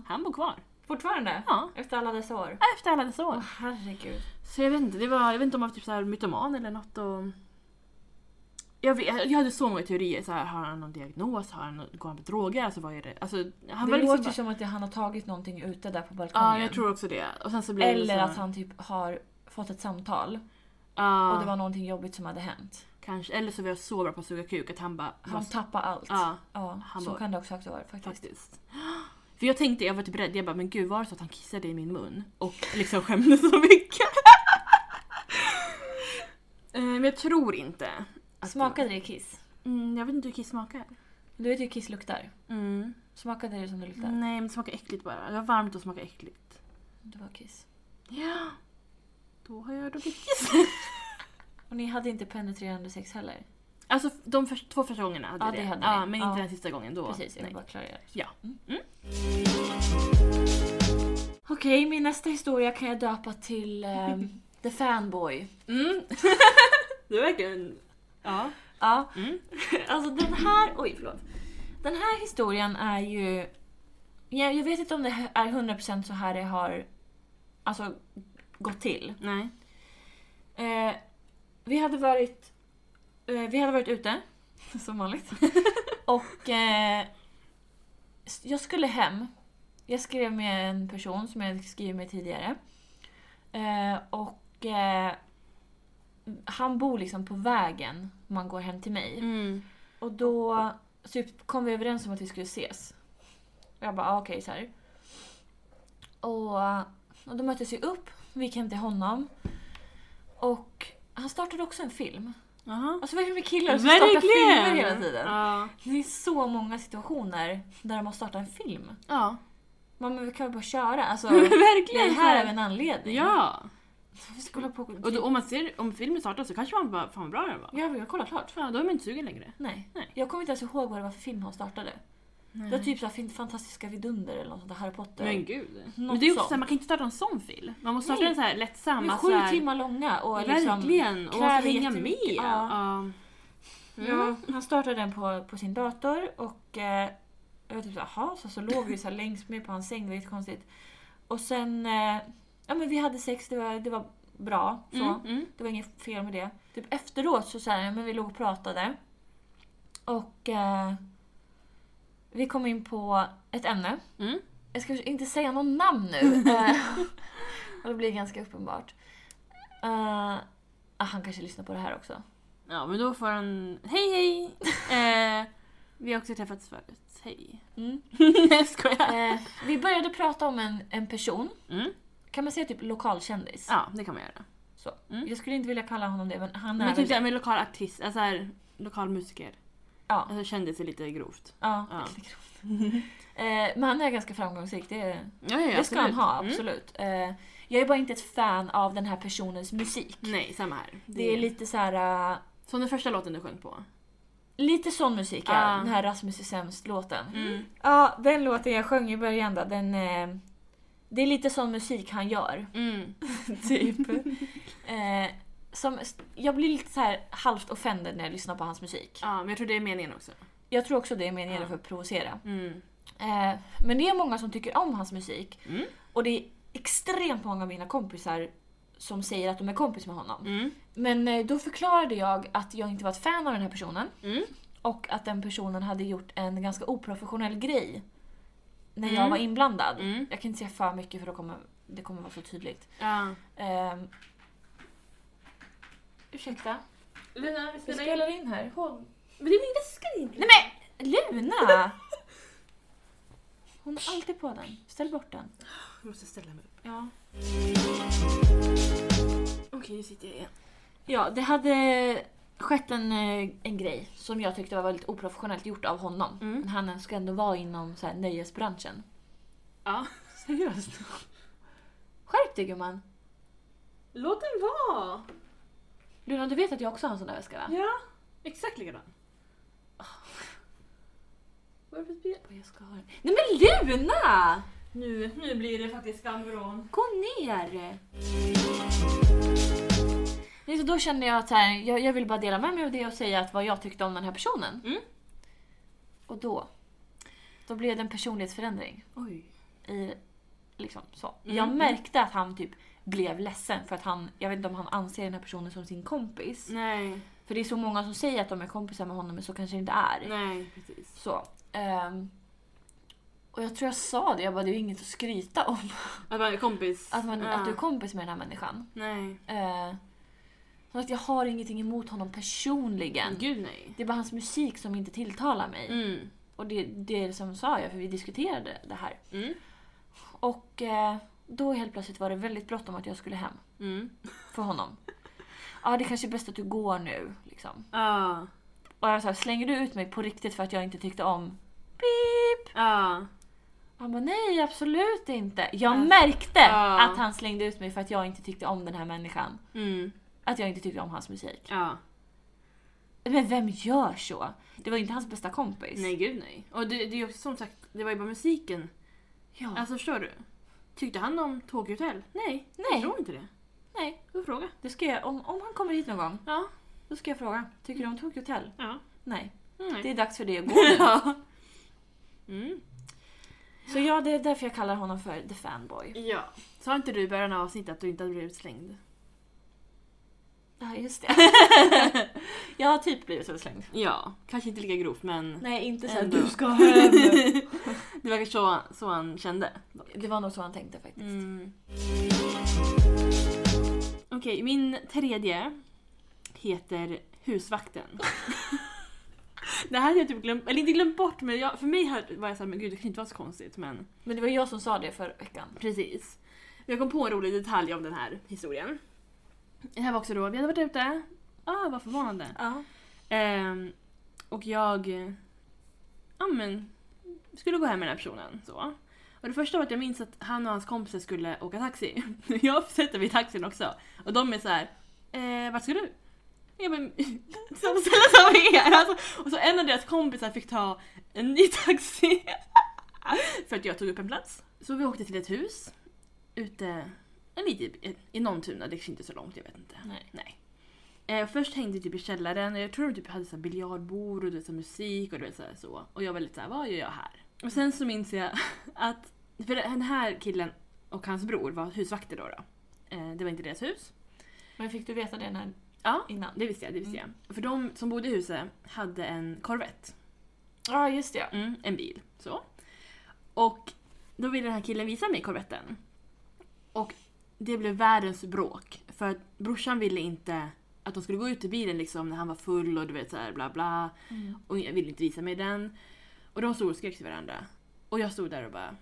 Speaker 1: Han bor kvar.
Speaker 2: Fortfarande?
Speaker 1: Ja.
Speaker 2: Efter alla dessa år?
Speaker 1: Efter alla dessa
Speaker 2: Åh
Speaker 1: år.
Speaker 2: herregud.
Speaker 1: Så jag vet inte, det var, jag vet inte om han var typ så här mytoman eller något. Och... Jag, vet, jag hade så många teorier. Så här, har han någon diagnos? Har han, nå- går han på droger? Alltså vad är det? Alltså, han
Speaker 2: det
Speaker 1: var
Speaker 2: låter
Speaker 1: liksom
Speaker 2: ju
Speaker 1: bara-
Speaker 2: som att det- han har tagit någonting ute där på balkongen.
Speaker 1: Ja, jag tror också det. Och sen så blev det
Speaker 2: Eller
Speaker 1: så här,
Speaker 2: att han typ har fått ett samtal
Speaker 1: Ja,
Speaker 2: och det var någonting jobbigt som hade hänt.
Speaker 1: kanske. Eller så var jag så bra på att suga kuk att han bara...
Speaker 2: Han tappade allt.
Speaker 1: Ja.
Speaker 2: Ja,
Speaker 1: Han
Speaker 2: så
Speaker 1: bara-
Speaker 2: kan det också ha varit faktiskt.
Speaker 1: Faktiskt. För jag tänkte, jag var typ rädd, jag bara men gud var det så att han kissade i min mun? Och liksom skämdes så mycket. Eh, Men jag tror inte. att-
Speaker 2: Smakade det kiss?
Speaker 1: Mm, jag vet inte hur kiss smakar.
Speaker 2: Du vet ju hur kiss luktar.
Speaker 1: Mm.
Speaker 2: Smakade det som det luktar?
Speaker 1: Nej men det smakar äckligt bara. Det var varmt och smakar äckligt.
Speaker 2: Det var kiss.
Speaker 1: Ja. Då har jag druckit kiss.
Speaker 2: Och ni hade inte penetrerande sex heller?
Speaker 1: Alltså de för, två första gångerna hade
Speaker 2: Ja,
Speaker 1: jag
Speaker 2: det hade
Speaker 1: ja,
Speaker 2: ni.
Speaker 1: Men inte
Speaker 2: Ja.
Speaker 1: den sista gången då.
Speaker 2: Precis, jag vill
Speaker 1: Nej.
Speaker 2: bara klargöra.
Speaker 1: Ja.
Speaker 2: Mm. Okej, min nästa historia kan jag döpa till ehm, The Fanboy.
Speaker 1: Mm. det är verkligen... Ja.
Speaker 2: Ja,
Speaker 1: Mm.
Speaker 2: alltså den här... Oj, förlåt. Den här historien är ju... Jag, jag vet inte om det är 100% så här det har alltså, gått till.
Speaker 1: Nej.
Speaker 2: Eh, vi hade varit... Eh, vi hade varit ute, som vanligt. Och eh, s- jag skulle hem. Jag skrev med en person som jag skrev med tidigare. Eh, och eh, han bor liksom på vägen man går hem till mig.
Speaker 1: Mm.
Speaker 2: Och då typ, kom vi överens om att vi skulle ses. Och jag bara, ah, okej så här. Och, och då möttes vi upp, vi gick hem till honom. Och han startade också en film.
Speaker 1: Jaha.
Speaker 2: Alltså vad är det med killar som startar filmer hela tiden?
Speaker 1: Ja.
Speaker 2: Det är så många situationer där de har startat en film.
Speaker 1: ja.
Speaker 2: Man men vi kan väl bara köra? Alltså,
Speaker 1: Verkligen!
Speaker 2: det här är väl en anledning?
Speaker 1: Ja!
Speaker 2: Vi ska hålla på
Speaker 1: Och då, om, man ser, om filmen startar så kanske man bara “fan vad bra den var”.
Speaker 2: Ja, vi har kollat klart.
Speaker 1: Ja, då är man inte sugen längre.
Speaker 2: Nej.
Speaker 1: Nej.
Speaker 2: Jag kommer inte ens ihåg vad det var för film han startade. Det var typ så här, fin- Fantastiska Vidunder eller något sånt där, Harry Potter.
Speaker 1: Men gud.
Speaker 2: Något
Speaker 1: Men det är ju också
Speaker 2: sånt.
Speaker 1: så här, man kan inte starta en sån film. Man måste starta
Speaker 2: Nej.
Speaker 1: en så här lättsam.
Speaker 2: De är
Speaker 1: att
Speaker 2: sju
Speaker 1: så här,
Speaker 2: timmar långa och liksom...
Speaker 1: Verkligen! Och man
Speaker 2: kräver
Speaker 1: ska hänga med.
Speaker 2: jättemycket. Ja.
Speaker 1: Mm.
Speaker 2: Ja, han startade den på, på sin dator och eh, jag var typ såhär, jaha, så, så låg vi så här längst med på hans säng, det var jättekonstigt. Och sen, eh, ja men vi hade sex, det var, det var bra. Så.
Speaker 1: Mm, mm.
Speaker 2: Det var inget fel med det. Typ efteråt så, så här, men vi låg och pratade. Och eh, vi kom in på ett ämne.
Speaker 1: Mm.
Speaker 2: Jag ska inte säga någon namn nu. Eh, och det blir ganska uppenbart. Eh, ah, han kanske lyssnar på det här också.
Speaker 1: Ja, men då får han... Hej hej! eh, vi har också träffats förut. Hej.
Speaker 2: Mm.
Speaker 1: Nej, jag skojar.
Speaker 2: Eh, vi började prata om en, en person.
Speaker 1: Mm.
Speaker 2: Kan man säga typ lokalkändis?
Speaker 1: Ja, det kan man göra.
Speaker 2: Så.
Speaker 1: Mm.
Speaker 2: Jag skulle inte vilja kalla honom det, men han är
Speaker 1: Men
Speaker 2: väl
Speaker 1: typ
Speaker 2: det.
Speaker 1: såhär med lokal artist, alltså här, lokal musiker.
Speaker 2: Ja.
Speaker 1: Alltså kändis är lite grovt.
Speaker 2: Ja,
Speaker 1: Ja.
Speaker 2: det är grovt. Eh, men han är ganska framgångsrik, det,
Speaker 1: Ja, ja,
Speaker 2: det ska han
Speaker 1: absolut.
Speaker 2: ha,
Speaker 1: Mm.
Speaker 2: absolut. Eh, jag är bara inte ett fan av den här personens musik.
Speaker 1: Nej, samma här.
Speaker 2: Det är lite så här... eh,
Speaker 1: Som den första låten du sjöng på.
Speaker 2: Lite sån musik, ja.
Speaker 1: Ah.
Speaker 2: den här Rasmus är sämst-låten.
Speaker 1: Mm.
Speaker 2: Ja, den låten jag sjöng i början då, den... Eh, det är lite sån musik han gör,
Speaker 1: Mm.
Speaker 2: typ. eh, som, jag blir lite så här halvt offended när jag lyssnar på hans musik.
Speaker 1: Ja, men jag tror det är meningen också.
Speaker 2: Jag tror också det är meningen
Speaker 1: Ja.
Speaker 2: för att provocera.
Speaker 1: Mm.
Speaker 2: Eh, men det är många som tycker om hans musik.
Speaker 1: Mm.
Speaker 2: Och det är extremt många av mina kompisar som säger att de är kompis med honom.
Speaker 1: Mm.
Speaker 2: Men eh, då förklarade jag att jag inte var ett fan av den här personen.
Speaker 1: Mm.
Speaker 2: Och att den personen hade gjort en ganska oprofessionell grej när jag
Speaker 1: Mm.
Speaker 2: var inblandad.
Speaker 1: Mm.
Speaker 2: Jag kan inte säga för mycket för då kommer, det kommer vara så tydligt.
Speaker 1: Ja.
Speaker 2: Ehm. Ursäkta,
Speaker 1: Luna, vi
Speaker 2: vi spelar in här.
Speaker 1: Men det är min väska din!
Speaker 2: Nej men Luna! Hon har alltid på den. Ställ bort den.
Speaker 1: Jag måste ställa mig upp.
Speaker 2: Ja.
Speaker 1: Okej, nu sitter jag igen.
Speaker 2: Ja, det hade... skett en, eh, en grej som jag tyckte var väldigt oprofessionellt gjort av honom.
Speaker 1: Mm.
Speaker 2: Men Han ska ändå vara inom så här, nöjesbranschen.
Speaker 1: Ja.
Speaker 2: Seriöst? Skärp dig gumman!
Speaker 1: Låt den vara!
Speaker 2: Luna, du vet att jag också har en sån där väska va?
Speaker 1: Ja, Ah. exakt likadan. Varför spe-
Speaker 2: Jag ska ha den. Nej men Luna!
Speaker 1: Nu, nu blir det faktiskt skamvrån.
Speaker 2: Gå ner! Nej, så då kände jag att så här, jag, jag vill bara dela med mig av det och säga att vad jag tyckte om den här personen.
Speaker 1: Mm.
Speaker 2: Och då, då blev det en personlighetsförändring.
Speaker 1: Oj.
Speaker 2: I, liksom, så.
Speaker 1: Mm.
Speaker 2: Jag märkte att han typ blev ledsen för att han, jag vet inte om han anser den här personen som sin kompis.
Speaker 1: Mm. Nej,
Speaker 2: För det är så många som säger att de är kompisar med honom men så kanske det inte är.
Speaker 1: nej precis.
Speaker 2: Så. ehm, och jag tror jag sa det, jag bara det är ju inget att skryta om.
Speaker 1: Att man är kompis.
Speaker 2: Att, man,
Speaker 1: Ja.
Speaker 2: att du är kompis med den här människan.
Speaker 1: Nej.
Speaker 2: Eh, så att jag har ingenting emot honom personligen.
Speaker 1: Gud nej.
Speaker 2: Det är bara hans musik som inte tilltalar mig.
Speaker 1: Mm.
Speaker 2: Och det, det som sa jag, för vi diskuterade det här.
Speaker 1: Mm.
Speaker 2: Och eh, då helt plötsligt var det väldigt bråttom att jag skulle hem.
Speaker 1: Mm.
Speaker 2: För honom. Ja, det kanske är bäst att du går nu. Liksom.
Speaker 1: Ja.
Speaker 2: Och jag sa, slänger du ut mig på riktigt för att jag inte tyckte om... Beep!
Speaker 1: Ja.
Speaker 2: Han bara, nej absolut inte. Jag
Speaker 1: Mm.
Speaker 2: märkte
Speaker 1: Ja.
Speaker 2: att han slängde ut mig för att jag inte tyckte om den här människan.
Speaker 1: Mm.
Speaker 2: Att jag inte tyckte om hans musik.
Speaker 1: Ja.
Speaker 2: Men vem gör så? Det var ju inte hans bästa kompis.
Speaker 1: Nej gud nej. Och det, det är ju också som sagt, det var ju bara musiken.
Speaker 2: Ja.
Speaker 1: Alltså förstår du? Tyckte han om Tokyo Hotel? Nej, jag
Speaker 2: nej,
Speaker 1: tror inte det.
Speaker 2: nej.
Speaker 1: Du får fråga.
Speaker 2: Det ska jag, om, om han kommer hit någon gång,
Speaker 1: Ja.
Speaker 2: då ska jag fråga. Tycker du om Tokyo Hotel?
Speaker 1: Ja.
Speaker 2: Nej.
Speaker 1: Mm,
Speaker 2: Det
Speaker 1: nej.
Speaker 2: är dags för dig att gå nu.
Speaker 1: ja. Mm.
Speaker 2: Så ja, det är därför jag kallar honom för the fanboy.
Speaker 1: Ja. Sa inte du i början av avsnittet att du inte hade blivit utslängd?
Speaker 2: Ja, just det. jag har typ blivit utslängd.
Speaker 1: Ja. Kanske inte lika grovt men
Speaker 2: Nej, inte så här,
Speaker 1: Ändå.
Speaker 2: du ska hem.
Speaker 1: det verkar så, så han kände.
Speaker 2: Det var nog så han tänkte faktiskt.
Speaker 1: Mm. Okej, min tredje heter Husvakten. det här hade jag typ glömt, eller inte glömt bort men jag, för mig här var jag såhär, men gud det kan inte vara så konstigt men
Speaker 2: Men det var jag som sa det förra veckan.
Speaker 1: precis. Jag kom på en rolig detalj om den här historien. Det här var också då, vi hade varit ute, ah vad förvånande.
Speaker 2: Ja.
Speaker 1: Ehm, och jag eh, ja, men, skulle gå hem med den här personen. Så. Och det första var att jag minns att han och hans kompisar skulle åka taxi. Jag sätter mig i taxin också. Och de är så här. Eh, vart ska du? Jag bara, samma ställe som er! Alltså, och så en av deras kompisar fick ta en ny taxi. För att jag tog upp en plats. Så vi åkte till ett hus. Ute, en lite i, i Nåntuna, det är kanske inte så långt, jag vet inte.
Speaker 2: Nej.
Speaker 1: Eh, först hängde jag typ i källaren och jag tror de typ hade så här biljardbord och det var så här musik och det var så, här så. Och jag var lite såhär, vad gör jag här? Och sen så minns jag att, för den här killen och hans bror var husvakter då. då. Eh, det var inte deras hus.
Speaker 2: Men fick du veta det när,
Speaker 1: Ja,
Speaker 2: innan?
Speaker 1: det visste jag. Det visste Mm. jag. För de som bodde i huset hade en Corvette.
Speaker 2: Ja, just det.
Speaker 1: Mm, en bil. Så. Och då ville den här killen visa mig korvetten. Och det blev världens bråk. För att brorsan ville inte att de skulle gå ut i bilen liksom när han var full och du vet såhär bla bla. Och jag ville inte visa mig den. Och de stod och skrek till varandra. Och jag stod där och bara...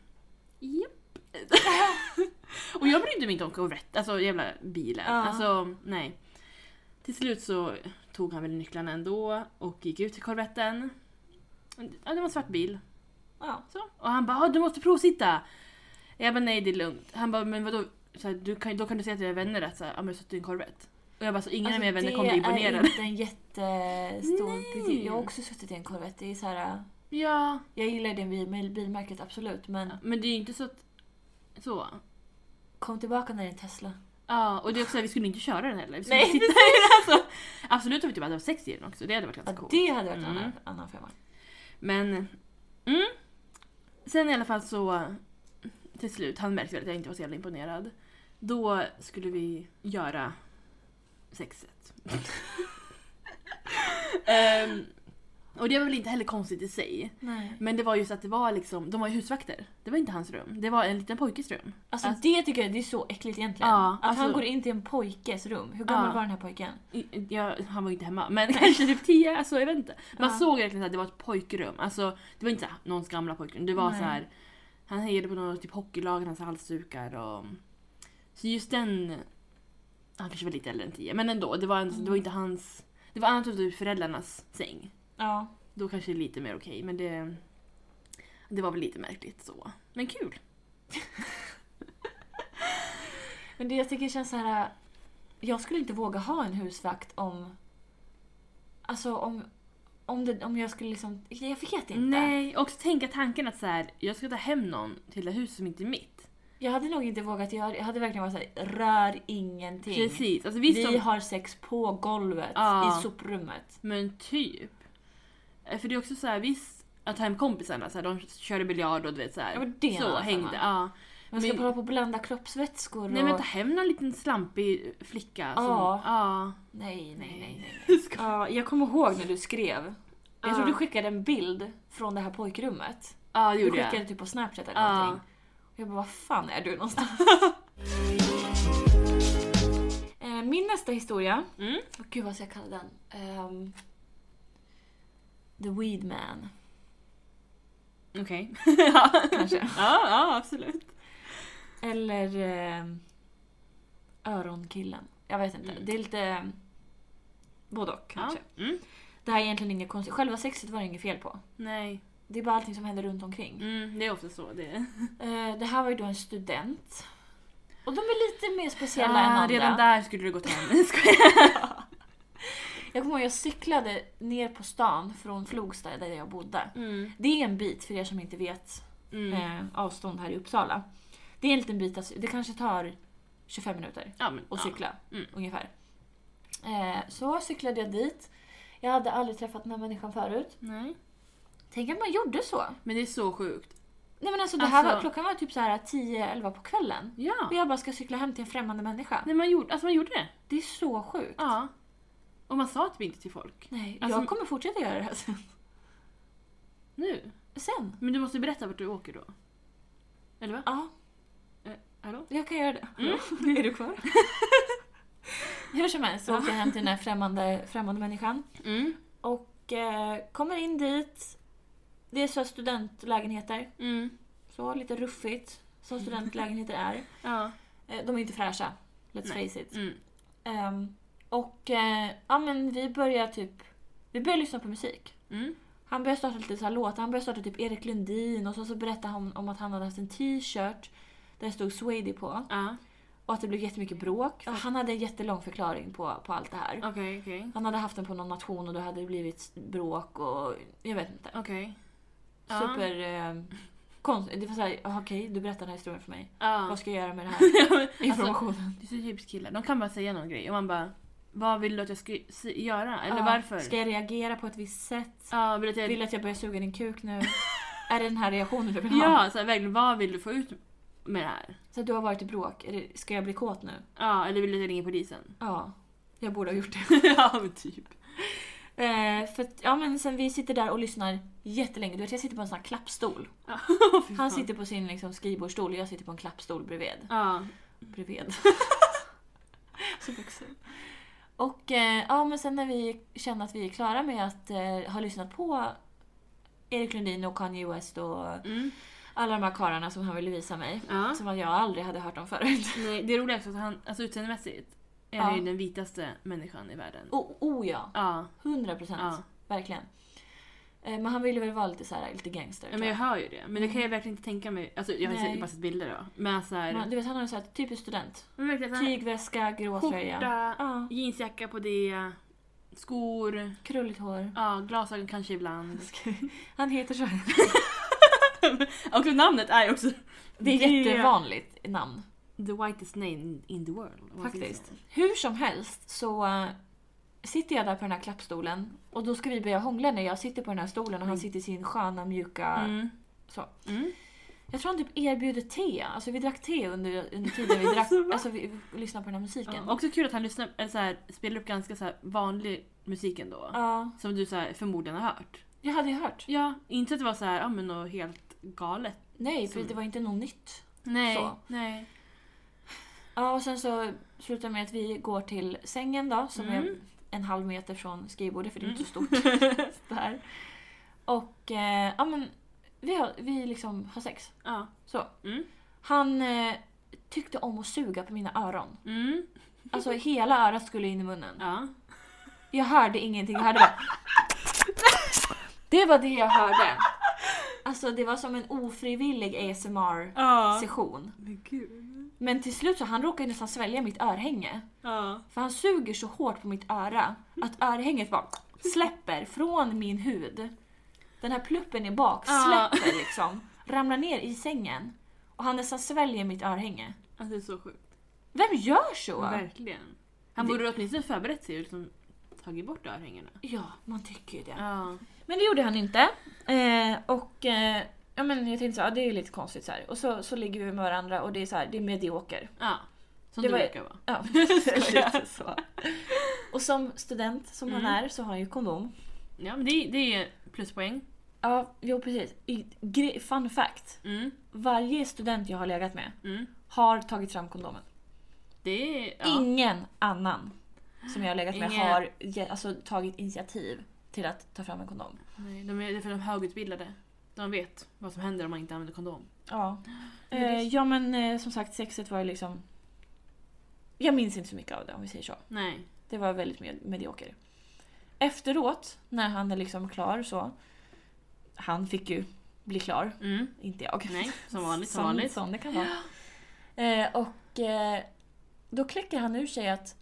Speaker 1: Japp. och jag brydde mig inte om Corvette, alltså jävla bilen.
Speaker 2: Ja.
Speaker 1: Alltså, nej. Till slut så tog han väl nycklarna ändå och gick ut till Corvetten. Ja, det var en svart bil.
Speaker 2: Ja.
Speaker 1: Så. Och han bara "Ah, “du måste provsitta”. Jag bara “nej det är lugnt”. Han bara “men vadå, så här, du kan, då kan du säga till dina vänner att så här, ah, men jag har suttit i en Corvette”. Och jag bara “så ingen av mina vänner kommer bli
Speaker 2: Alltså, Det är
Speaker 1: imponerade”.
Speaker 2: inte en jättestor
Speaker 1: Nej.
Speaker 2: kritik. Jag har också suttit i en Corvette. Det är så här,
Speaker 1: Ja,
Speaker 2: jag gillar det bil- bilmärket absolut men
Speaker 1: men det är ju inte så att... Så.
Speaker 2: kom tillbaka när det är en Tesla.
Speaker 1: Ja, och det är också, så här, vi skulle inte köra den heller. Vi skulle
Speaker 2: Nej,
Speaker 1: sitta i den, alltså, absolut om vi typ hade haft sex i den också, det hade varit ganska
Speaker 2: Ja,
Speaker 1: coolt.
Speaker 2: det hade varit en
Speaker 1: Mm.
Speaker 2: annan, annan femma.
Speaker 1: Men, mm. Sen i alla fall så, till slut, han märkte väl att jag inte var så jävla imponerad. Då skulle vi göra sexet. Ehm, och det var väl inte heller konstigt i sig.
Speaker 2: Nej.
Speaker 1: Men det var just att det var liksom, de var ju husvakter. Det var inte hans rum, det var en liten pojkes rum.
Speaker 2: Alltså,
Speaker 1: Alltså-
Speaker 2: det tycker jag det är så äckligt egentligen.
Speaker 1: Ja,
Speaker 2: att han
Speaker 1: alltså-
Speaker 2: går in till en pojkes rum. Hur gammal
Speaker 1: Ja.
Speaker 2: var den här pojken?
Speaker 1: I- Ja, han var ju inte hemma, men kanske typ 10, alltså jag vet inte. Man
Speaker 2: Ja.
Speaker 1: såg verkligen att det var ett pojkrum. Alltså, det var inte såhär, någons gamla pojkrum, det var
Speaker 2: Nej.
Speaker 1: så här. Han hejade på något typ hockeylag, hans halsdukar och...
Speaker 2: Mm.
Speaker 1: Så just den... Han kanske var lite äldre än 10, men ändå. Det var, en, det var inte hans... Det var annat om typ föräldrarnas säng.
Speaker 2: Ja.
Speaker 1: Då kanske det är lite mer okej men det, det var väl lite märkligt så. Men kul!
Speaker 2: Men det jag tycker känns så här. Jag skulle inte våga ha en husvakt om... Alltså om... Om, det, om jag skulle liksom... Jag vet inte.
Speaker 1: Nej, och också tänka tanken att så här, jag ska ta hem någon till det hus som inte är mitt.
Speaker 2: Jag hade nog inte vågat göra Jag hade verkligen varit såhär, rör ingenting.
Speaker 1: Precis, alltså
Speaker 2: Vi
Speaker 1: visst om-
Speaker 2: har sex på golvet
Speaker 1: Ja.
Speaker 2: i soprummet.
Speaker 1: Men typ. Eh, För det är också så här, visst att ta hem kompisarna, så här, de körde biljard och du vet så här.
Speaker 2: Ja, men det är en
Speaker 1: så
Speaker 2: annan
Speaker 1: hängde.
Speaker 2: femma.
Speaker 1: Ja.
Speaker 2: Man ska
Speaker 1: Men-
Speaker 2: hålla på och blanda kroppsvätskor
Speaker 1: Nej men
Speaker 2: och...
Speaker 1: ta hem någon liten slampig flicka. Som,
Speaker 2: Ja.
Speaker 1: ja.
Speaker 2: Nej, nej, nej. nej.
Speaker 1: Ska-
Speaker 2: Ja, jag kommer ihåg när du skrev. Jag tror
Speaker 1: Ja.
Speaker 2: du skickade en bild från det här pojkrummet.
Speaker 1: Ja det
Speaker 2: Du
Speaker 1: gjorde jag.
Speaker 2: skickade typ på snapchat eller
Speaker 1: Ja.
Speaker 2: någonting. Och jag bara, vad fan är du någonstans? Eh, Min nästa historia,
Speaker 1: Mm.
Speaker 2: oh, gud vad ska jag kalla den? Ehm, The Weed Man,
Speaker 1: Okej. ja.
Speaker 2: kanske.
Speaker 1: ja, ja absolut.
Speaker 2: Eller ehm, Öronkillen. Jag vet inte,
Speaker 1: Mm.
Speaker 2: det är lite eh, både och kanske.
Speaker 1: Ja. Mm.
Speaker 2: Det här är egentligen inget konstigt, själva sexet var det inget fel på.
Speaker 1: Nej,
Speaker 2: Det är bara allting som händer runt omkring.
Speaker 1: mm, det är ofta så. Det. Mm.
Speaker 2: Eh, Det här var ju då en student. Och de är lite mer speciella än
Speaker 1: Ah,
Speaker 2: andra.
Speaker 1: redan där skulle du gått hem. Skojar.
Speaker 2: Jag kommer ihåg jag cyklade ner på stan från Flogsta där jag bodde.
Speaker 1: Mm.
Speaker 2: Det är en bit för er som inte vet
Speaker 1: Mm.
Speaker 2: eh, avstånd här i Uppsala. Det är en liten bit, alltså, det kanske tar 25 minuter
Speaker 1: Ja, men,
Speaker 2: att
Speaker 1: ja.
Speaker 2: cykla
Speaker 1: Mm.
Speaker 2: ungefär. Eh, så cyklade jag dit. Jag hade aldrig träffat den här människan förut.
Speaker 1: Nej.
Speaker 2: Tänk att man gjorde så.
Speaker 1: Men det är så sjukt.
Speaker 2: Nej men alltså, det här
Speaker 1: Alltså-
Speaker 2: var, klockan var typ så här 10-11 på kvällen.
Speaker 1: Ja.
Speaker 2: Och jag bara ska cykla hem till en främmande människa.
Speaker 1: Nej, man, gjorde, alltså, man gjorde det.
Speaker 2: Det är så sjukt.
Speaker 1: Ja. Och man sa typ inte till folk.
Speaker 2: Nej,
Speaker 1: Alltså-
Speaker 2: jag kommer fortsätta göra det här sen.
Speaker 1: Nu.
Speaker 2: sen.
Speaker 1: Men du måste berätta vart du åker då. Eller va?
Speaker 2: Ja,
Speaker 1: Hallå?
Speaker 2: jag kan göra det. Är du kvar? Hur som helst så åkte jag hem till den här främmande, främmande människan
Speaker 1: Mm.
Speaker 2: och eh, kommer in dit. Det är så här studentlägenheter,
Speaker 1: Mm.
Speaker 2: så lite ruffigt som studentlägenheter är.
Speaker 1: Ja.
Speaker 2: Eh, de är inte fräscha, let's
Speaker 1: Nej.
Speaker 2: face it.
Speaker 1: Mm.
Speaker 2: Ehm, och eh, ja, men vi börjar typ, vi börjar lyssna på musik.
Speaker 1: Mm.
Speaker 2: Han började starta lite så här låtar. Han började starta typ Erik Lundin och så, så berättade han om att han hade haft en t-shirt där det stod Swady på
Speaker 1: Ja.
Speaker 2: och att det blev jättemycket bråk. Och Han hade en jättelång förklaring på, på allt det här.
Speaker 1: Okej, okej.
Speaker 2: Han hade haft den på någon nation och då hade det blivit bråk och jag vet inte.
Speaker 1: Okej. Ja.
Speaker 2: Super... Eh, konstigt. Det var såhär, okej du berättar den här historien för mig.
Speaker 1: Ja.
Speaker 2: Vad ska jag göra med den här Alltså, informationen?
Speaker 1: Det är så typiskt killar. De kan bara säga någon grej och man bara Vad vill du att jag ska se- göra? Eller
Speaker 2: Ja,
Speaker 1: varför?
Speaker 2: Ska jag reagera på ett visst sätt?
Speaker 1: Ja, vill du att jag...
Speaker 2: Vill du att jag börjar suga din kuk nu? är det den här reaktionen du vill ha?
Speaker 1: Ja, så här, verkligen. Vad vill du få ut med det här?
Speaker 2: Så att du har varit i bråk, Är det- ska jag bli kåt nu?
Speaker 1: Ja, eller vill du att jag ringer polisen?
Speaker 2: Ja, jag borde ha gjort det.
Speaker 1: ja, men typ.
Speaker 2: Eh, för att, ja, men sen vi sitter där och lyssnar jättelänge. Du vet, jag sitter på en sån här klappstol. Han sitter på sin liksom, skrivbordsstol och jag sitter på en klappstol bredvid.
Speaker 1: Ja.
Speaker 2: Bredvid. Så vuxen. Och eh, ja, men sen när vi känner att vi är klara med att eh, ha lyssnat på Erik Lundin och Kanye West och
Speaker 1: Mm.
Speaker 2: alla de här karlarna som han ville visa mig.
Speaker 1: ja.
Speaker 2: Som att jag aldrig hade hört om förut.
Speaker 1: Nej, det roliga är också att han, alltså utseendemässigt, är
Speaker 2: Ja.
Speaker 1: han ju den vitaste människan i världen.
Speaker 2: Oh, Alltså, oh ja,
Speaker 1: Ja.
Speaker 2: 100 procent.
Speaker 1: Ja.
Speaker 2: Verkligen. Eh, men han ville väl vara lite, så här, lite gangster.
Speaker 1: Ja,
Speaker 2: tror
Speaker 1: men
Speaker 2: jag.
Speaker 1: jag hör ju det. Men det kan jag verkligen inte tänka mig. Alltså, jag har ju
Speaker 2: Mm. Nej.
Speaker 1: sett- bara sett bilder då. Men så här,
Speaker 2: Men, du vet, han har en sån här typisk student.
Speaker 1: men verkligen så här,
Speaker 2: Tygväska, grå tröja.
Speaker 1: skjorta,
Speaker 2: Ja.
Speaker 1: jeansjacka på det, skor,
Speaker 2: Krulligt hår.
Speaker 1: ja, glasögon kanske ibland.
Speaker 2: Han heter så här.
Speaker 1: Och namnet är ju också
Speaker 2: Det är jättevanligt namn.
Speaker 1: the whitest name in the world.
Speaker 2: Faktiskt. Hur som helst så eh, sitter jag där på den här klappstolen och då ska vi börja hångla när jag sitter på den här stolen och han sitter i sin sköna mjuka...
Speaker 1: Mm.
Speaker 2: Så.
Speaker 1: Mm.
Speaker 2: Jag tror han typ erbjuder te. Alltså vi drack te under, under tiden vi drack... alltså vi, vi lyssnade på den här musiken.
Speaker 1: Ja. Också kul att han lyssnar, eller så här, spelar upp ganska så här vanlig musik ändå.
Speaker 2: Ja,
Speaker 1: Som du så här, förmodligen har hört.
Speaker 2: jag hade ju hört.
Speaker 1: Ja, inte att det var så här, ja men något helt galet.
Speaker 2: Nej, för
Speaker 1: Som-
Speaker 2: det var inte något nytt.
Speaker 1: Nej.
Speaker 2: Så.
Speaker 1: Nej.
Speaker 2: Ja, och sen så slutar det med att vi går till sängen då, som
Speaker 1: Mm.
Speaker 2: är en halv meter från skrivbordet, för det är inte så
Speaker 1: Mm.
Speaker 2: stort där. Och eh, ja, men vi har, vi liksom har sex.
Speaker 1: Ja.
Speaker 2: Så.
Speaker 1: Mm.
Speaker 2: Han eh, tyckte om att suga på mina öron.
Speaker 1: Mm.
Speaker 2: Alltså hela örat skulle in i munnen.
Speaker 1: Ja.
Speaker 2: Jag hörde ingenting, jag hörde bara... Det var det jag hörde. Alltså det var som en ofrivillig ASMR-session.
Speaker 1: Ja. Men gud.
Speaker 2: Men till slut så han råkade nästan svälja mitt örhänge.
Speaker 1: Ja.
Speaker 2: För han suger så hårt på mitt öra att örhänget bara släpper från min hud. Den här pluppen i bak
Speaker 1: Ja.
Speaker 2: släpper liksom. Ramlar ner i sängen. Och han nästan sväljer mitt örhänge.
Speaker 1: Alltså det är så sjukt.
Speaker 2: Vem gör så?
Speaker 1: Verkligen. Han
Speaker 2: Det-
Speaker 1: borde åtminstone förberett sig och liksom tagit bort örhängena.
Speaker 2: Ja, man tycker ju det.
Speaker 1: Ja.
Speaker 2: Men det gjorde han inte. Eh, och eh, ja, men jag tänkte så här, ja, det är ju lite konstigt så här. Och så, så ligger vi med varandra och det är så här, det är medioker.
Speaker 1: ja. Som
Speaker 2: Det
Speaker 1: det du
Speaker 2: var-
Speaker 1: brukar vara.
Speaker 2: Ja, lite så. Och som student som han
Speaker 1: Mm.
Speaker 2: är så har han ju kondom.
Speaker 1: Ja men det, det är pluspoäng.
Speaker 2: Ja, jo precis. I, gre- fun fact.
Speaker 1: Mm.
Speaker 2: Varje student jag har legat med
Speaker 1: Mm.
Speaker 2: har tagit fram kondomen.
Speaker 1: Det är... Ja.
Speaker 2: Ingen annan som jag har legat med
Speaker 1: Ingen.
Speaker 2: har ge, alltså, tagit initiativ till att ta fram en kondom.
Speaker 1: Nej, de är, det är för de är högutbildade. De vet vad som händer om man inte använder kondom.
Speaker 2: Ja.
Speaker 1: Men det-
Speaker 2: Eh, ja men eh, som sagt sexet var ju liksom... Jag minns inte så mycket av det om vi säger så.
Speaker 1: Nej.
Speaker 2: Det var väldigt med- medioker. Efteråt, när han är liksom klar så... Han fick ju bli klar,
Speaker 1: Mm.
Speaker 2: inte jag.
Speaker 1: Nej, som vanligt. Som vanligt.
Speaker 2: Som det kan vara. Eh, och eh, då kläcker han ur sig att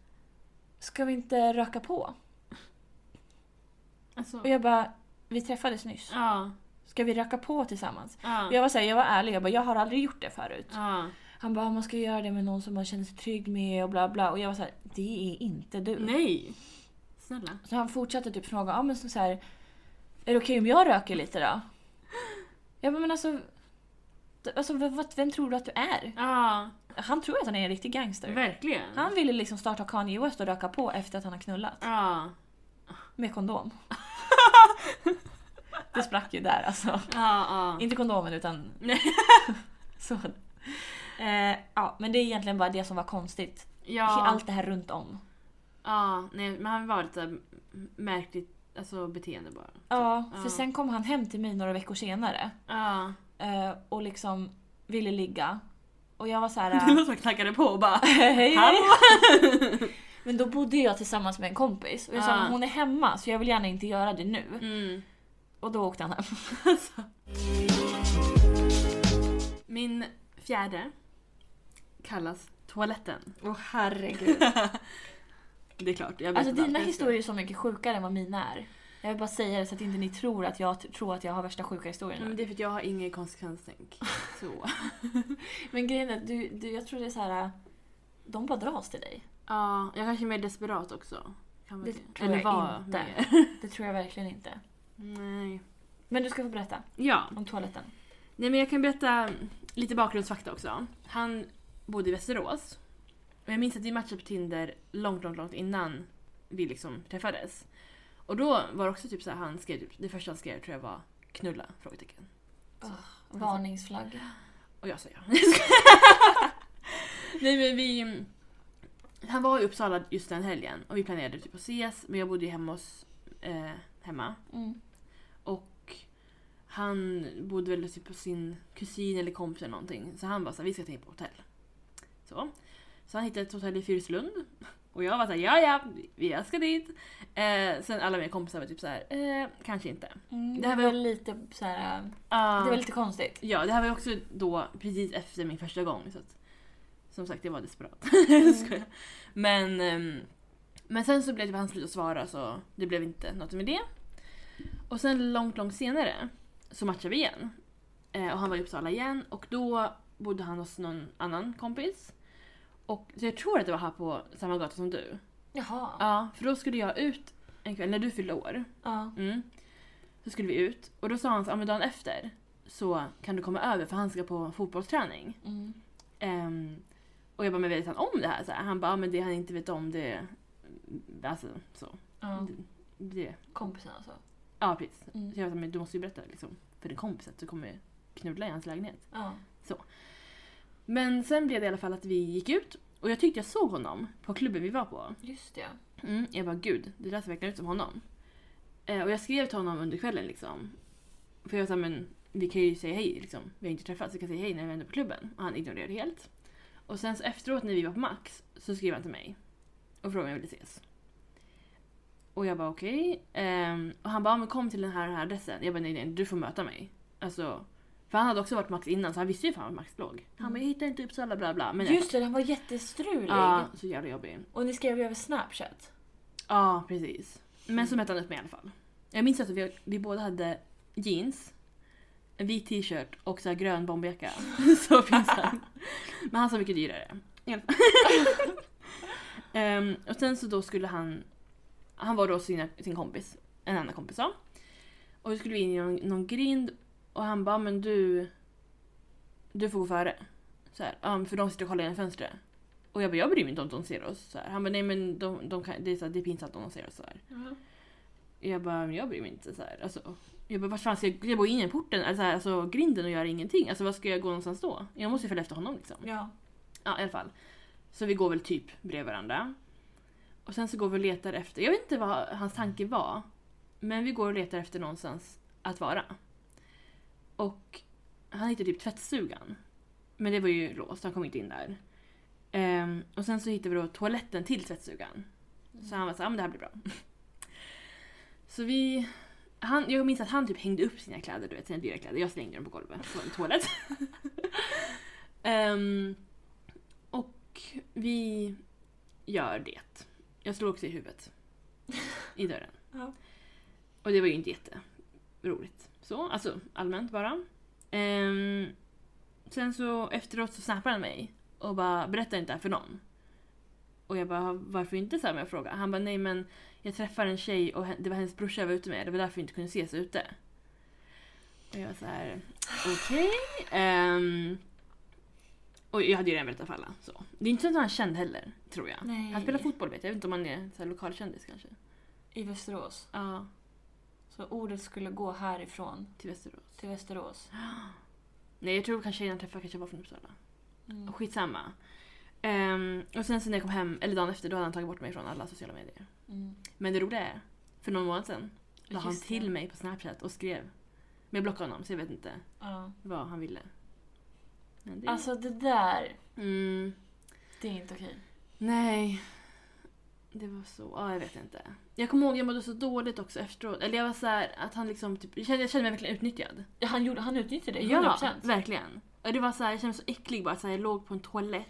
Speaker 2: Ska vi inte röka på?
Speaker 1: Alltså,
Speaker 2: Och jag bara, vi träffades nyss.
Speaker 1: ja.
Speaker 2: Ska vi röka på tillsammans?
Speaker 1: Ja.
Speaker 2: Och jag var, så här, jag var ärlig, jag bara, jag har aldrig gjort det förut.
Speaker 1: ja.
Speaker 2: Han bara, man ska göra det med någon som man känner sig trygg med och bla bla. Och jag var så här, det är inte
Speaker 1: Mm.
Speaker 2: du.
Speaker 1: Nej! Snälla.
Speaker 2: Så han fortsatte typ fråga, ja men så så här, är det okej om jag röker lite då? Jag bara, men alltså, alltså v- vad- vem tror du att du är?
Speaker 1: Ja,
Speaker 2: Han tror att han är en riktig gangster.
Speaker 1: verkligen.
Speaker 2: Han ville liksom starta Kanye West och röka på efter att han har knullat.
Speaker 1: Ja.
Speaker 2: Med kondom. Det sprack ju där alltså.
Speaker 1: Ja, ja.
Speaker 2: Inte kondomen utan...
Speaker 1: Nej.
Speaker 2: så. Eh, ja, men det är egentligen bara det som var konstigt.
Speaker 1: Ja,
Speaker 2: Allt det här runt om.
Speaker 1: ja. Nej, men han var lite m- märkligt alltså, beteende bara.
Speaker 2: Ja, för
Speaker 1: Ja.
Speaker 2: sen kom han hem till mig några veckor senare
Speaker 1: Ja.
Speaker 2: eh, och liksom ville ligga. Och jag var så här.
Speaker 1: Det låter som han knackade på och bara
Speaker 2: hej, hej.
Speaker 1: Hallå?
Speaker 2: Men då bodde jag tillsammans med en kompis och jag sa
Speaker 1: Ja.
Speaker 2: "Men hon är hemma så jag vill gärna inte göra det nu.
Speaker 1: mm. Alltså.
Speaker 2: Och då åkte han hem.
Speaker 1: Min fjärde kallas toaletten.
Speaker 2: Åh oh, herregud.
Speaker 1: Det är klart, jag vet
Speaker 2: Alltså
Speaker 1: inte allt.
Speaker 2: dina
Speaker 1: Jag ska-
Speaker 2: historier är så mycket sjukare än vad mina är. Jag vill bara säga det så att inte ni tror att jag t- tror att jag har värsta sjuka historierna.
Speaker 1: Mm, det är för att jag har ingen konsekvenstänk. Så.
Speaker 2: Men grejen är att du, du, jag tror det är så här. äh, De bara dras till dig.
Speaker 1: Ja, jag kanske är mer desperat också. Kan vara
Speaker 2: Det tror jag
Speaker 1: var
Speaker 2: inte.
Speaker 1: mer.
Speaker 2: Det tror jag verkligen inte.
Speaker 1: Nej.
Speaker 2: Men du ska få berätta
Speaker 1: Ja.
Speaker 2: om toaletten.
Speaker 1: Nej men jag kan berätta lite bakgrundsfakta också. Han bodde i Västerås. Och jag minns att vi matchade på Tinder långt, långt, långt innan vi liksom träffades. Och då var det också typ så här, han skrev typ, det första han skrev tror jag var knulla? Frågetecken.
Speaker 2: Alltså. Varningsflagg.
Speaker 1: Och jag sa ja. Nej men vi... Han var i Uppsala just den helgen och vi planerade typ att ses men jag bodde ju hemma hos... Eh, hemma.
Speaker 2: Mm.
Speaker 1: Och han bodde väl typ på sin kusin eller kompis eller någonting. Så han bara såhär, vi ska ta in på hotell. Så. Så han hittade ett hotell i Fyrslund. Och jag var såhär, ja ja, vi- jag ska dit. Eh, sen alla mina kompisar var typ såhär, eh, kanske inte.
Speaker 2: Mm. Det här var lite så här. äh,
Speaker 1: Ah.
Speaker 2: Det var lite konstigt.
Speaker 1: Ja, det här var ju också då precis efter min första gång. Så att, som sagt, jag var desperat. Skojar. men, ehm, men sen så blev det han slut att svara så det blev inte något med det. Och sen långt, långt senare så matchade vi igen. Eh, och han var i Uppsala igen och då bodde han hos någon annan kompis. Och, så jag tror att det var här på samma gata som du.
Speaker 2: Jaha.
Speaker 1: Ja, för då skulle jag ut en kväll när du fyllde år.
Speaker 2: Ja.
Speaker 1: Mm. Så skulle vi ut och då sa han så, ja, men dagen efter så kan du komma över för han ska på fotbollsträning.
Speaker 2: Mm.
Speaker 1: Ehm, och jag bara, men vet han om det här? Så här han bara, ja, men det han inte vet om det... Alltså så.
Speaker 2: ja.
Speaker 1: Det.
Speaker 2: Mm. Kompisen alltså.
Speaker 1: Ja precis.
Speaker 2: Mm.
Speaker 1: Så jag sa, men du måste ju berätta liksom, för din kompis att du kommer knulla i hans lägenhet.
Speaker 2: Ja.
Speaker 1: Men sen blev det i alla fall att vi gick ut och jag tyckte jag såg honom på klubben vi var på.
Speaker 2: Just det.
Speaker 1: Mm, jag bara gud, det där ser verkligen ut som honom. Eh, och jag skrev till honom under kvällen liksom. För jag sa men vi kan ju säga hej liksom. Vi har inte träffats, vi kan säga hej när vi är ändå på klubben. Och han ignorerade helt. Och sen så efteråt när vi var på Max så skrev han till mig. Och frågade om jag ville ses. Och jag bara okej. Ehm, och han bara, men kom till den här, den här adressen. Jag bara nej, nej, du får möta mig. Alltså, för han hade också varit Max innan så han visste ju fan var Max låg. Han bara, jag hittar inte Uppsala bla bla. Men jag-
Speaker 2: Just det, den var jättestrulig.
Speaker 1: Ja, så jävla jobbig.
Speaker 2: Och ni skrev ju över Snapchat.
Speaker 1: Ja, precis. Men så mötte han upp mig i alla fall. Jag minns att vi, vi båda hade jeans, en vit t-shirt och så här grön bomberjacka. så pinsam. Men han sa mycket dyrare. I alla fall. Ehm, och sen så då skulle han... Han var då sin, sin kompis, en annan kompis då. Och vi skulle in i någon, någon grind och han bara men du... Du får gå före. Så här, "Ja, men för de sitter och kollar genom fönstret. Och jag bara, jag bryr mig inte om de ser oss. Så här. Han bara, nej men de, de kan, det, är så här, det är pinsamt om de ser oss. Så här. Jag bara, men jag bryr mig inte. Så här. Alltså, jag bara, vart fan ska jag, jag gå in i porten, alltså, här, alltså grinden och göra ingenting? Alltså var ska jag gå någonstans då? Jag måste ju följa efter honom liksom.
Speaker 2: Ja.
Speaker 1: Ja i alla fall. Så vi går väl typ bredvid varandra. Och sen så går vi och letar efter, jag vet inte vad hans tanke var. Men vi går och letar efter någonstans att vara. Och han hittade typ tvättstugan. Men det var ju låst, han kom inte in där. Ehm, och sen så hittade vi då toaletten till tvättstugan. Så han var såhär, ah, men det här blir bra. Så vi... Han, jag minns att han typ hängde upp sina kläder, du vet, sina dyra kläder. Jag slängde dem på golvet på en toalett. Ehm, och vi gör det. Jag slog också i huvudet. I dörren.
Speaker 2: Ja.
Speaker 1: Och det var ju inte jätteroligt. Så, alltså allmänt bara. Ehm, sen så efteråt så snappade han mig och bara berätta inte det här för någon. Och jag bara varför inte så här med jag fråga. Han bara nej men jag träffade en tjej och hen- det var hennes brorsa jag var ute med. Det var därför vi inte kunde ses ute. Och jag var så här okej. ehm. och jag hade ju redan berättat för alla. Så. Det är inte så att han är känd heller tror jag.
Speaker 2: Nej.
Speaker 1: Han spelar fotboll vet jag. Jag vet inte om han är så här lokalkändis kanske.
Speaker 2: I Västerås.
Speaker 1: Ja,
Speaker 2: Så ordet skulle gå härifrån
Speaker 1: till Västerås.
Speaker 2: till Västerås.
Speaker 1: Nej jag tror kanske tjejerna träffade kanske var från Uppsala.
Speaker 2: Mm.
Speaker 1: Skitsamma. Ehm, och sen så när jag kom hem, eller dagen efter, då hade han tagit bort mig från alla sociala medier.
Speaker 2: Mm.
Speaker 1: Men det roliga är, för någon månad sedan la han
Speaker 2: Just det.
Speaker 1: till mig på Snapchat och skrev. Men jag blockade honom så jag vet inte
Speaker 2: Ja.
Speaker 1: vad han ville. Men det...
Speaker 2: Alltså det där,
Speaker 1: Mm,
Speaker 2: det är inte okej.
Speaker 1: nej. Det var så, ja jag vet inte. Jag kommer ihåg jag mådde så dåligt också efteråt. Eller jag var så här, att han liksom, typ, jag, kände, jag kände mig verkligen utnyttjad.
Speaker 2: Ja, Han, gjorde, han utnyttjade det 100%.
Speaker 1: Ja, verkligen. Och det var så här, jag kände mig så äcklig bara. Så här, jag låg på en toalett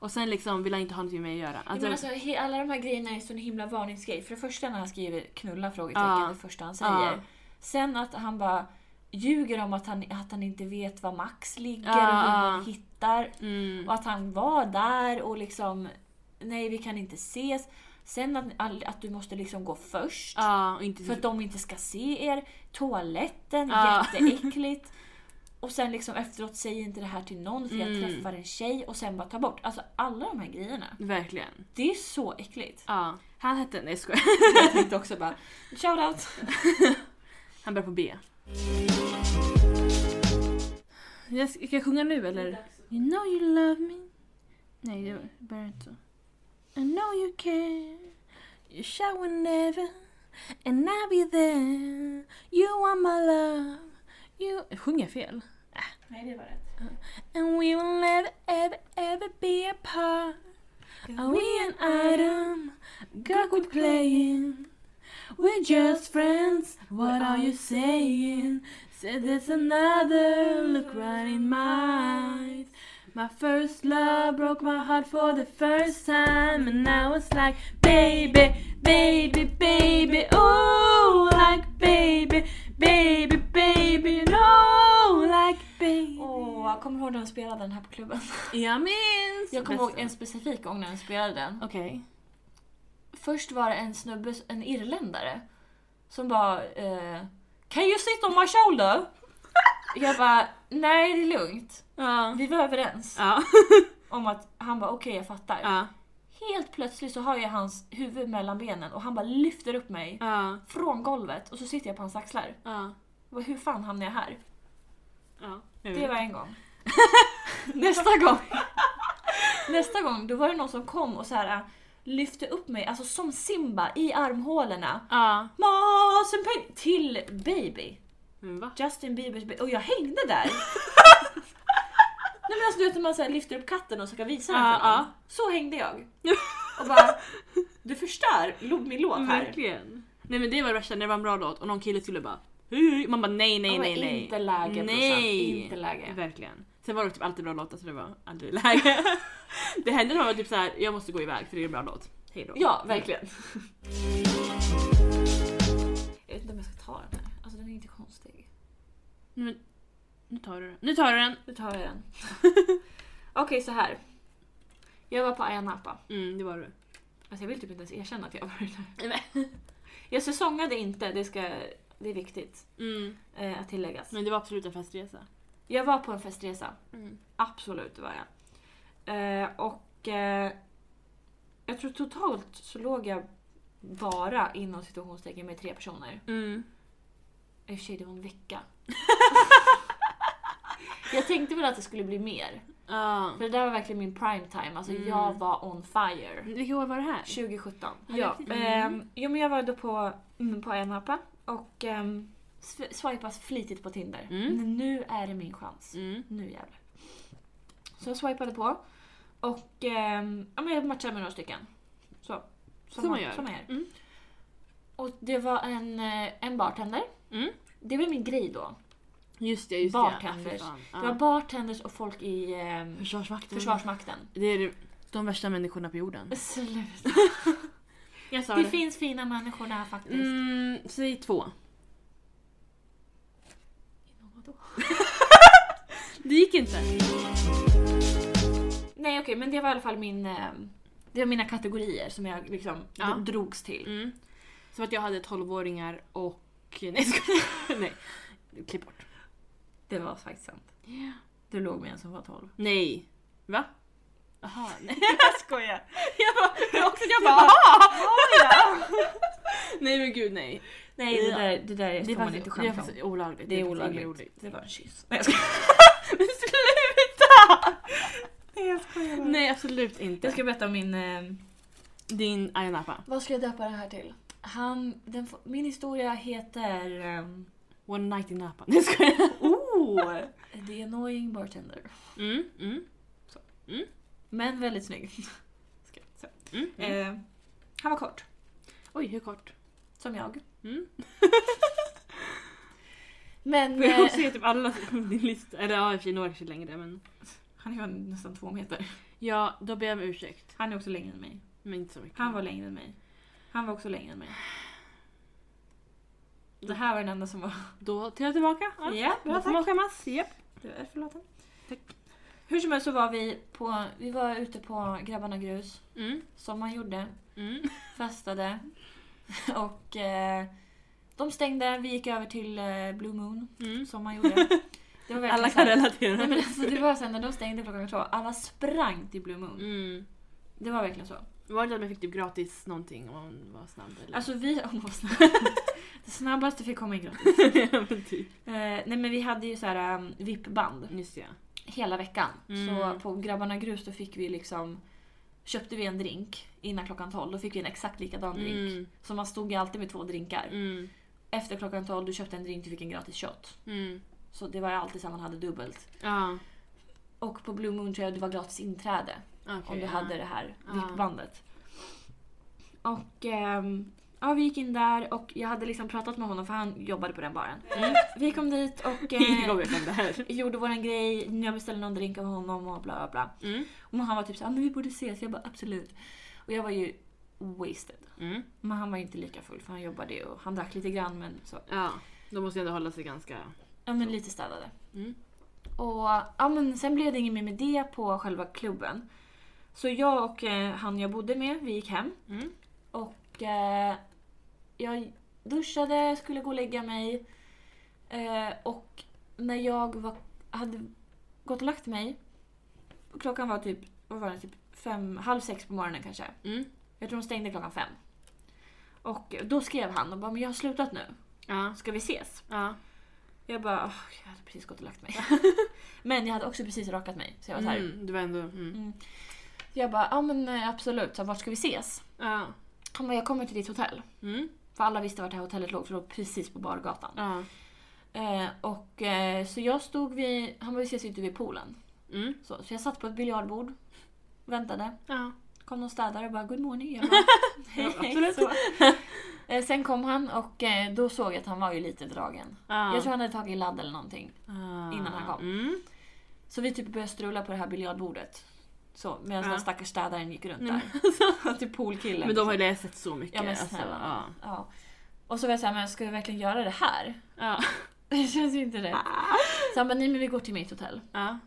Speaker 1: och sen liksom ville han inte ha något med mig att göra.
Speaker 2: Jag
Speaker 1: Alltså,
Speaker 2: menar, alltså, he- alla de här grejerna är så en himla varningsgrej. För det första när han skriver knulla? Frågetecken,
Speaker 1: Ja.
Speaker 2: det första han säger.
Speaker 1: Ja.
Speaker 2: Sen att han bara ljuger om att han, att han inte vet var Max ligger
Speaker 1: Ja,
Speaker 2: och hur
Speaker 1: ja.
Speaker 2: han hittar.
Speaker 1: mm,
Speaker 2: Och att han var där och liksom, nej vi kan inte ses. Sen att, att du måste liksom gå först.
Speaker 1: ja, och inte
Speaker 2: För att de inte ska se er. Toaletten,
Speaker 1: Ja.
Speaker 2: jätteäckligt. Och sen liksom efteråt, säg inte det här till någon för
Speaker 1: Mm.
Speaker 2: jag träffar en tjej och sen bara ta bort. Alltså alla de här grejerna.
Speaker 1: Verkligen.
Speaker 2: Det är så äckligt.
Speaker 1: Ja. Han hette... Nej jag skojar.
Speaker 2: Jag tänkte också bara, shoutout!
Speaker 1: Han börjar på B. Jag ska, ska jag sjunga nu eller? You know you love me. Nej det börjar inte så. I know you care. You shall whenever. And I'll be there. You are my love. You... Jag sjunger fel.
Speaker 2: Nej det var rätt.
Speaker 1: And we will never ever ever be apart. Are we an item? God quit playing. We're just friends. What are you saying? Said there's another look right in my eyes. My first love broke my heart for the first time, and I was like, baby, baby, baby, oh, like baby, baby, baby, no, like baby.
Speaker 2: Åh, jag kommer ihåg när de spelade den här på klubben.
Speaker 1: Jag minns!
Speaker 2: Jag kommer ihåg
Speaker 1: Bästa.
Speaker 2: en specifik gång när de spelade den.
Speaker 1: Okej.
Speaker 2: Först var det en snubbe, en irländare, som bara eh, Can you sit on my shoulder? Jag bara, nej det är lugnt.
Speaker 1: Ja.
Speaker 2: Vi var överens
Speaker 1: Ja.
Speaker 2: om att han bara okej jag fattar.
Speaker 1: Ja.
Speaker 2: Helt plötsligt så har jag hans huvud mellan benen och han bara lyfter upp mig
Speaker 1: Ja.
Speaker 2: från golvet och så sitter jag på hans axlar.
Speaker 1: Ja.
Speaker 2: Jag bara, Hur fan hamnade jag här?
Speaker 1: Ja.
Speaker 2: Det var en gång. Nästa gång. Nästa gång, då var det någon som kom och så här äh, lyfte upp mig, alltså som Simba, i armhålorna.
Speaker 1: Ja.
Speaker 2: Masen peng- till baby.
Speaker 1: Men va?
Speaker 2: Justin Biebers baby. Och jag hängde där. Nej men alltså du vet när man så här lyfter upp katten och ska visa den
Speaker 1: Ja,
Speaker 2: för någon.
Speaker 1: ja.
Speaker 2: Så hängde jag. Och bara, du förstör lo- min låt här.
Speaker 1: Verkligen. Nej men det var det värsta, när det var en bra låt och någon kille skulle bara "Hej, hej." Man bara nej nej
Speaker 2: Ja, men
Speaker 1: nej nej.
Speaker 2: Inte läge brorsan,
Speaker 1: Nej!
Speaker 2: inte läge.
Speaker 1: Verkligen. Sen var det typ alltid bra låtar så det var aldrig läge. det hände när man var typ såhär, jag måste gå iväg för det är en bra låt. Hej då.
Speaker 2: Ja, verkligen. Jag vet inte om jag ska ta den här. Alltså den är inte konstig.
Speaker 1: Nu, men- nu tar du den. Nu tar du den!
Speaker 2: Nu tar jag den. Okej, så här. Jag var på Ayia Napa.
Speaker 1: Mm, det var du.
Speaker 2: Alltså jag vill typ inte ens erkänna att jag var där. Jag säsongade inte, det, ska, det är viktigt
Speaker 1: Mm.
Speaker 2: eh, att tilläggas.
Speaker 1: Men det var absolut en festresa.
Speaker 2: Jag var på en festresa,
Speaker 1: Mm.
Speaker 2: absolut det var jag. Eh, och eh, jag tror totalt så låg jag bara inom situationstecken med tre personer.
Speaker 1: Mm.
Speaker 2: I och för sig, det var en vecka. jag tänkte väl att det skulle bli mer.
Speaker 1: Ja.
Speaker 2: För det där var verkligen min prime time. Alltså
Speaker 1: Mm.
Speaker 2: jag var on fire.
Speaker 1: Vilket år var det här?
Speaker 2: 2017.
Speaker 1: Ja,
Speaker 2: Ja,
Speaker 1: riktigt.
Speaker 2: ehm, jo, men jag var då på, mm, på en app och ehm, sw- swipas flitigt på Tinder.
Speaker 1: Mm.
Speaker 2: Men Nu är det min chans.
Speaker 1: Mm.
Speaker 2: Nu jävlar. Så jag swipade på och ehm, ja, men jag matchade med några stycken. Så.
Speaker 1: Som man gör.
Speaker 2: Som man gör.
Speaker 1: Mm.
Speaker 2: Och det var en, eh, en bartender.
Speaker 1: Mm.
Speaker 2: Det var min grej då.
Speaker 1: Just det, just det.
Speaker 2: Bartenders.
Speaker 1: Ja, fy
Speaker 2: Det var
Speaker 1: fan. Ja.
Speaker 2: bartenders och folk i ehm,
Speaker 1: Försvarsmakten.
Speaker 2: Försvarsmakten.
Speaker 1: Det är de värsta människorna på jorden.
Speaker 2: Sluta.
Speaker 1: Jag sa
Speaker 2: Det finns fina människor där faktiskt.
Speaker 1: Mm, säg två.
Speaker 2: Vadå?
Speaker 1: Det gick inte.
Speaker 2: Nej okej, men det var i alla fall min, eh, det var mina kategorier som jag liksom
Speaker 1: Ja.
Speaker 2: dro- drogs till.
Speaker 1: Mm. Som att jag hade 12-åringar och... Nej, jag skojar. Nej. Klipp bort.
Speaker 2: Det var faktiskt sant. Du låg med en som var 12.
Speaker 1: Nej. Va? Jaha, nej.
Speaker 2: Jag skojar! Jag bara, också, jag bara
Speaker 1: nej men gud nej.
Speaker 2: Nej det där, det där
Speaker 1: Det
Speaker 2: får
Speaker 1: är
Speaker 2: man
Speaker 1: faktiskt, det är
Speaker 2: inte skämta om.
Speaker 1: faktiskt olagligt.
Speaker 2: Det är
Speaker 1: faktiskt
Speaker 2: olagligt.
Speaker 1: olagligt.
Speaker 2: Det var en kyss. Nej jag skojar.
Speaker 1: Men sluta!
Speaker 2: Nej, jag skojar bara.
Speaker 1: Nej absolut
Speaker 2: Jag
Speaker 1: inte.
Speaker 2: ska berätta om min... Eh,
Speaker 1: Din Ayia Napa.
Speaker 2: vad ska jag döpa den här till? Han, den, f- min historia heter... ehm,
Speaker 1: One night in Napa. Nej skojar.
Speaker 2: Oh! The annoying bartender.
Speaker 1: Mm, mm.
Speaker 2: Men väldigt snygg. Ska jag säga.
Speaker 1: Mm, mm.
Speaker 2: Eh, han var kort,
Speaker 1: Oj hur kort.
Speaker 2: som jag.
Speaker 1: Mm.
Speaker 2: Men...
Speaker 1: Men jag
Speaker 2: Eh,
Speaker 1: ser typ alla på din lista. Eller ja i och för sig, några kanske längre men.
Speaker 2: han är ju nästan två meter.
Speaker 1: Ja då ber jag om ursäkt.
Speaker 2: Han är också längre än mig.
Speaker 1: Men inte så mycket.
Speaker 2: Han var längre än mig. Han var också längre än mig. Det här var den enda som var...
Speaker 1: Då tar jag tillbaka. Ja, då får man skämmas. Japp.
Speaker 2: Du är förlåten.
Speaker 1: Tack.
Speaker 2: Hur som helst så var vi på... Vi var ute på Grabbarna Grus,
Speaker 1: Mm,
Speaker 2: som man gjorde.
Speaker 1: mm.
Speaker 2: Festade. Och... Eh, de stängde, vi gick över till eh, Blue Moon,
Speaker 1: Mm.
Speaker 2: som man gjorde. Det var verkligen
Speaker 1: Alla
Speaker 2: så
Speaker 1: kan
Speaker 2: här-
Speaker 1: relatera.
Speaker 2: Nej, men alltså, det var sen när de stängde klockan två, alla sprang till Blue Moon.
Speaker 1: Mm.
Speaker 2: Det var verkligen så.
Speaker 1: Var det att man fick typ gratis någonting om man var snabb? Eller?
Speaker 2: Alltså vi om oss Det snabbaste fick komma in gratis.
Speaker 1: ja, men typ.
Speaker 2: Eh, nej men vi hade ju så här um, VIP-band
Speaker 1: Just det, ja.
Speaker 2: hela veckan.
Speaker 1: Mm.
Speaker 2: Så på Grabbarna Grus då fick vi liksom Köpte vi en drink innan klockan 12, då fick vi en exakt likadan drink.
Speaker 1: Mm.
Speaker 2: Så man stod ju alltid med två drinkar.
Speaker 1: Mm.
Speaker 2: Efter klockan 12, du köpte en drink, du fick en gratis shot.
Speaker 1: Mm.
Speaker 2: Så det var ju alltid så att man hade dubbelt.
Speaker 1: Ja.
Speaker 2: Och på Blue Moon tror jag det var gratis inträde.
Speaker 1: Okej,
Speaker 2: om du
Speaker 1: ja.
Speaker 2: hade det här
Speaker 1: Ja.
Speaker 2: VIP-bandet. Och ehm, ja, vi gick in där och jag hade liksom pratat med honom för han jobbade på den baren.
Speaker 1: Mm.
Speaker 2: Vi kom dit och
Speaker 1: Nu kommer
Speaker 2: eh,
Speaker 1: jag fram det här.
Speaker 2: gjorde våran grej, jag beställde någon drink av honom och bla bla bla.
Speaker 1: Mm.
Speaker 2: Och han var typ såhär, men vi borde ses. Jag bara absolut. Och jag var ju wasted.
Speaker 1: Mm.
Speaker 2: Men han var ju inte lika full för han jobbade ju och han drack lite grann men så.
Speaker 1: Ja, de måste ju ändå hålla sig ganska...
Speaker 2: Ja men lite städade.
Speaker 1: Mm.
Speaker 2: Och ja, men sen blev det inget mer med det på själva klubben. Så jag och eh, han jag bodde med, vi gick hem.
Speaker 1: Mm.
Speaker 2: Och eh, jag duschade, skulle gå och lägga mig. Eh, och när jag var, hade gått och lagt mig. Klockan var typ, vad var det, typ fem, halv sex på morgonen kanske.
Speaker 1: Mm.
Speaker 2: Jag tror de stängde klockan fem. Och då skrev han och bara men jag har slutat nu.
Speaker 1: Ja.
Speaker 2: Ska vi ses?
Speaker 1: Ja.
Speaker 2: Jag bara "Åh, jag hade precis gått och lagt mig. men jag hade också precis rakat mig. Så jag var så här.
Speaker 1: Mm. Det var ändå... Mm.
Speaker 2: Så jag bara ja men eh, absolut, så här, vart ska vi ses?
Speaker 1: Ja.
Speaker 2: Han bara jag kommer till ditt hotell.
Speaker 1: Mm.
Speaker 2: För alla visste vart det här hotellet låg för det låg precis på bargatan.
Speaker 1: Ja.
Speaker 2: Eh, och, eh, så jag stod vid, han bara vi ses ute vid poolen.
Speaker 1: Mm.
Speaker 2: Så, så jag satt på ett biljardbord, väntade.
Speaker 1: Ja.
Speaker 2: kom någon städare och bara good morning. Jag bara, hej,
Speaker 1: Ja,
Speaker 2: hej.
Speaker 1: absolut.
Speaker 2: Så. Eh, Sen kom han och eh, då såg jag att han var ju lite dragen.
Speaker 1: Ah.
Speaker 2: Jag tror han hade tagit ladd eller någonting.
Speaker 1: Ah.
Speaker 2: innan han kom.
Speaker 1: Mm.
Speaker 2: Så vi typ började strula på det här biljardbordet. Så, medan
Speaker 1: Ja.
Speaker 2: den stackars städaren gick runt
Speaker 1: Nej, alltså.
Speaker 2: där. Typ poolkillen.
Speaker 1: Men de har ju läst så mycket.
Speaker 2: Ja men
Speaker 1: alltså,
Speaker 2: snälla.
Speaker 1: ja.
Speaker 2: ja. Och så var jag såhär, men ska vi verkligen göra det här?
Speaker 1: Ja.
Speaker 2: Det känns ju inte rätt.
Speaker 1: Ah.
Speaker 2: Så han bara, nej men vi går till mitt hotell.
Speaker 1: Ja.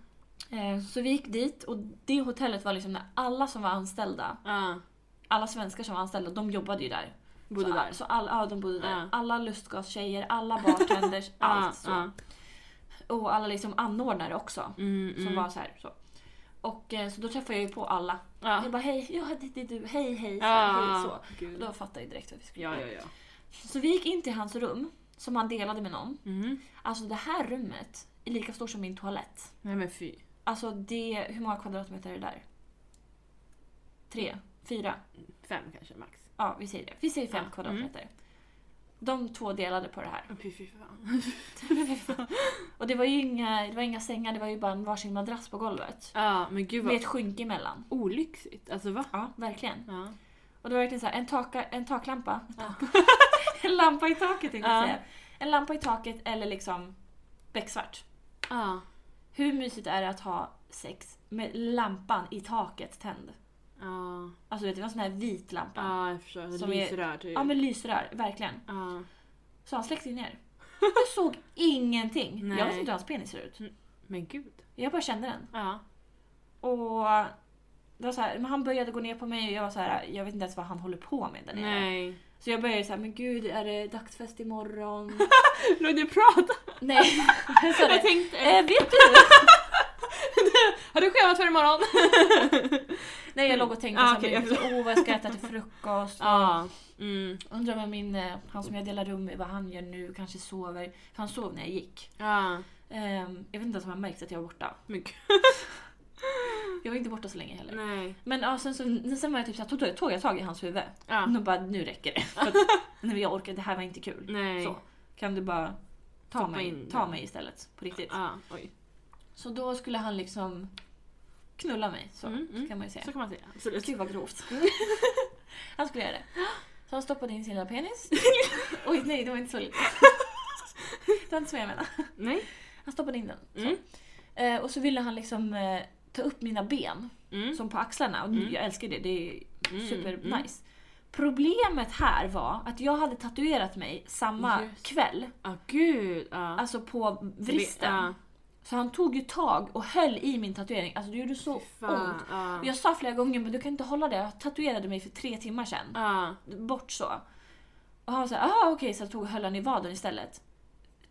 Speaker 2: Eh, Så vi gick dit och det hotellet var liksom där alla som var anställda,
Speaker 1: Ja.
Speaker 2: alla svenskar som var anställda, de jobbade ju där.
Speaker 1: Bodde
Speaker 2: så,
Speaker 1: där. Ah.
Speaker 2: Så alla, ja, de bodde där.
Speaker 1: Ja.
Speaker 2: Alla lustgastjejer, alla bartenders,
Speaker 1: Ah,
Speaker 2: allt så.
Speaker 1: Ja.
Speaker 2: Och alla liksom anordnare också.
Speaker 1: Mm,
Speaker 2: Som
Speaker 1: mm.
Speaker 2: var så här, så. Och eh, så då träffade jag ju på alla.
Speaker 1: Ja.
Speaker 2: Jag bara hej, ja det, det är du, hej hej. Så, här, hej, så.
Speaker 1: Ja.
Speaker 2: Och
Speaker 1: Gud.
Speaker 2: Då fattade jag direkt vad vi skulle
Speaker 1: Ah. Ja, ja,
Speaker 2: göra.
Speaker 1: ja.
Speaker 2: Så vi gick in till hans rum, som han delade med någon.
Speaker 1: Mm.
Speaker 2: Alltså det här rummet är lika stort som min toalett.
Speaker 1: Nej men fy.
Speaker 2: Alltså det, hur många kvadratmeter är det där? Tre? Fyra?
Speaker 1: Fem kanske max.
Speaker 2: Ja, vi säger det. Vi säger fem
Speaker 1: Ja, mm.
Speaker 2: kvadratmeter. De två delade på det här.
Speaker 1: Fy, fy fan.
Speaker 2: Och det var ju inga, det var inga sängar, det var ju bara en varsin madrass på golvet.
Speaker 1: Ja men gud
Speaker 2: Med
Speaker 1: vad
Speaker 2: ett skynke emellan.
Speaker 1: olyxigt. Alltså va?
Speaker 2: Ja, verkligen.
Speaker 1: Ja.
Speaker 2: Och det var verkligen så här, en, taka, en taklampa. en lampa i taket tänkte jag
Speaker 1: Ja.
Speaker 2: säga. En lampa i taket eller liksom becksvart.
Speaker 1: Ja.
Speaker 2: Hur mysigt är det att ha sex med lampan i taket tänd?
Speaker 1: Ja.
Speaker 2: Alltså vet du, det var en sån här vit lampa. Ja,
Speaker 1: Ja jag förstår.
Speaker 2: Som är-
Speaker 1: Lysrör typ.
Speaker 2: men lysrör, verkligen.
Speaker 1: Ja.
Speaker 2: Så han släckte ju ner. Jag såg ingenting.
Speaker 1: Nej.
Speaker 2: Jag vet inte hur hans penis ser ut.
Speaker 1: Men gud.
Speaker 2: Jag bara kände den.
Speaker 1: Ja.
Speaker 2: Och det var så här, men han började gå ner på mig och jag var så här, jag vet inte ens vad han håller på med där nere.
Speaker 1: Nej.
Speaker 2: Så jag började så här, men gud är det dagsfest imorgon?
Speaker 1: Låt dig prata.
Speaker 2: Nej. Jag sa
Speaker 1: Jag
Speaker 2: det.
Speaker 1: tänkte.
Speaker 2: Eh, vet du?
Speaker 1: Har du schemat för imorgon?
Speaker 2: Nej jag låg och tänkte
Speaker 1: Ah,
Speaker 2: ah,
Speaker 1: okej,
Speaker 2: okay,
Speaker 1: jag
Speaker 2: så här, oh, vad jag ska äta till frukost.
Speaker 1: Ja. Mm.
Speaker 2: Undrar vad min, eh, han som jag delar rum med, vad han gör nu, kanske sover. För han sov när jag gick.
Speaker 1: Ja.
Speaker 2: Ehm, jag vet inte ens om han märkte att jag var borta.
Speaker 1: Men gud.
Speaker 2: Jag var inte borta så länge heller.
Speaker 1: Nej.
Speaker 2: Men ja, sen, så, sen var jag typ såhär, tog, tog jag tag i hans huvud.
Speaker 1: Ja.
Speaker 2: Och bara, nu räcker det. För att, nej, men jag orkar, det här var inte kul.
Speaker 1: Nej.
Speaker 2: Så, kan du bara ta, mig,
Speaker 1: in
Speaker 2: ta
Speaker 1: den.
Speaker 2: mig istället, på riktigt.
Speaker 1: Ja. Oj.
Speaker 2: Så då skulle han liksom knulla mig, så
Speaker 1: Mm, mm.
Speaker 2: kan man ju säga.
Speaker 1: Så kan man säga. Absolut.
Speaker 2: Gud vad grovt. han skulle göra det. Så han stoppade in sin lilla penis. Oj nej, det var inte så lite. det var inte så jag menade.
Speaker 1: Nej.
Speaker 2: Han stoppade in den. Så.
Speaker 1: Mm.
Speaker 2: Eh, och så ville han liksom eh, ta upp mina ben,
Speaker 1: Mm.
Speaker 2: som på axlarna. Och
Speaker 1: Mm.
Speaker 2: Jag älskar det, det är
Speaker 1: Mm,
Speaker 2: super
Speaker 1: mm, mm.
Speaker 2: nice. Problemet här var att jag hade tatuerat mig samma
Speaker 1: Just.
Speaker 2: kväll,
Speaker 1: Ja gud. Ja.
Speaker 2: alltså på vristen.
Speaker 1: Ja.
Speaker 2: Så han tog ju tag och höll i min tatuering, alltså det gjorde så ont.
Speaker 1: Fan.
Speaker 2: Och
Speaker 1: Ja.
Speaker 2: Jag sa flera gånger men du kan inte hålla det, jag tatuerade mig för tre timmar sedan.
Speaker 1: Ja.
Speaker 2: Bort så. Och han sa ah okej, så jag tog höll han i vaden istället.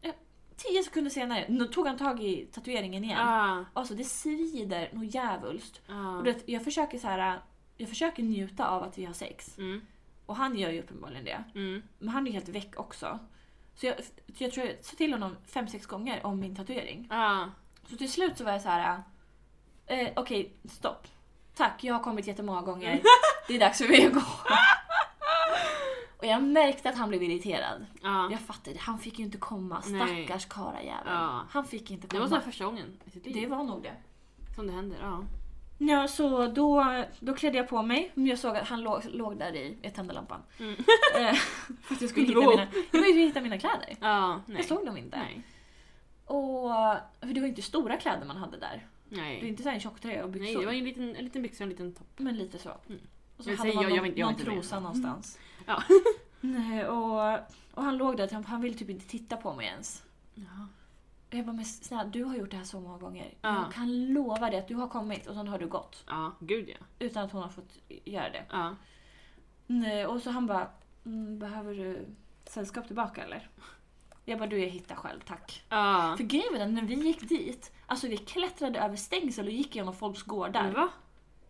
Speaker 2: Ja, Tio sekunder senare nu tog han tag i tatueringen igen.
Speaker 1: Ja.
Speaker 2: Alltså det svider nog djävulskt. Och
Speaker 1: Ja.
Speaker 2: det, jag försöker så här, jag försöker njuta av att vi har sex.
Speaker 1: Mm.
Speaker 2: Och han gör ju uppenbarligen det.
Speaker 1: Mm.
Speaker 2: Men han är helt väck också. Så jag, jag tror jag sa till honom fem, sex gånger om min tatuering.
Speaker 1: Ja.
Speaker 2: Så till slut så var jag så här. Eh, Okej, stopp. Tack, jag har kommit jättemånga gånger. Det är dags för mig att gå. Och jag märkte att han blev irriterad.
Speaker 1: Ja.
Speaker 2: Jag fattade, han fick ju inte komma.
Speaker 1: Nej.
Speaker 2: Stackars karajävel.
Speaker 1: Ja.
Speaker 2: Han fick inte
Speaker 1: Det var så här
Speaker 2: komma.
Speaker 1: första gången i sitt liv
Speaker 2: Det var nog det.
Speaker 1: som det händer. Ja.
Speaker 2: Ja, så då, då klädde jag på mig, men jag såg att han låg, låg där i, jag tände lampan.
Speaker 1: Mm.
Speaker 2: Eh, för att jag skulle
Speaker 1: Inte
Speaker 2: hitta
Speaker 1: gå.
Speaker 2: mina, jag ville hitta mina kläder.
Speaker 1: Ja. Nej.
Speaker 2: Jag såg dem inte.
Speaker 1: Nej.
Speaker 2: Och, för det var inte stora kläder man hade där. Det var
Speaker 1: Nej.
Speaker 2: inte så här en tjocktröja och byxor.
Speaker 1: Nej, det var ju en liten, en liten byxa och en liten topp.
Speaker 2: Men lite så.
Speaker 1: Mm.
Speaker 2: Och så
Speaker 1: Jag
Speaker 2: hade
Speaker 1: säger,
Speaker 2: man
Speaker 1: jag-
Speaker 2: någon,
Speaker 1: jag vet- jag
Speaker 2: någon
Speaker 1: vet inte vad jag
Speaker 2: trosa
Speaker 1: menar.
Speaker 2: någonstans.
Speaker 1: Ja.
Speaker 2: Nej, och, och han låg där, han, han ville typ inte titta på mig ens.
Speaker 1: Ja.
Speaker 2: Och jag bara, men snälla du har gjort det här så många gånger.
Speaker 1: Ja.
Speaker 2: Jag kan lova dig att du har kommit och sen har du gått.
Speaker 1: Ja, gud ja.
Speaker 2: Utan att hon har fått göra det.
Speaker 1: Ja.
Speaker 2: Nej, och så han bara, mm, behöver du sällskap tillbaka eller? Jag bara, du jag hittar själv, tack.
Speaker 1: ja.
Speaker 2: För grejen var den, när vi gick dit, alltså vi klättrade över stängsel och gick genom folks gårdar.
Speaker 1: Va?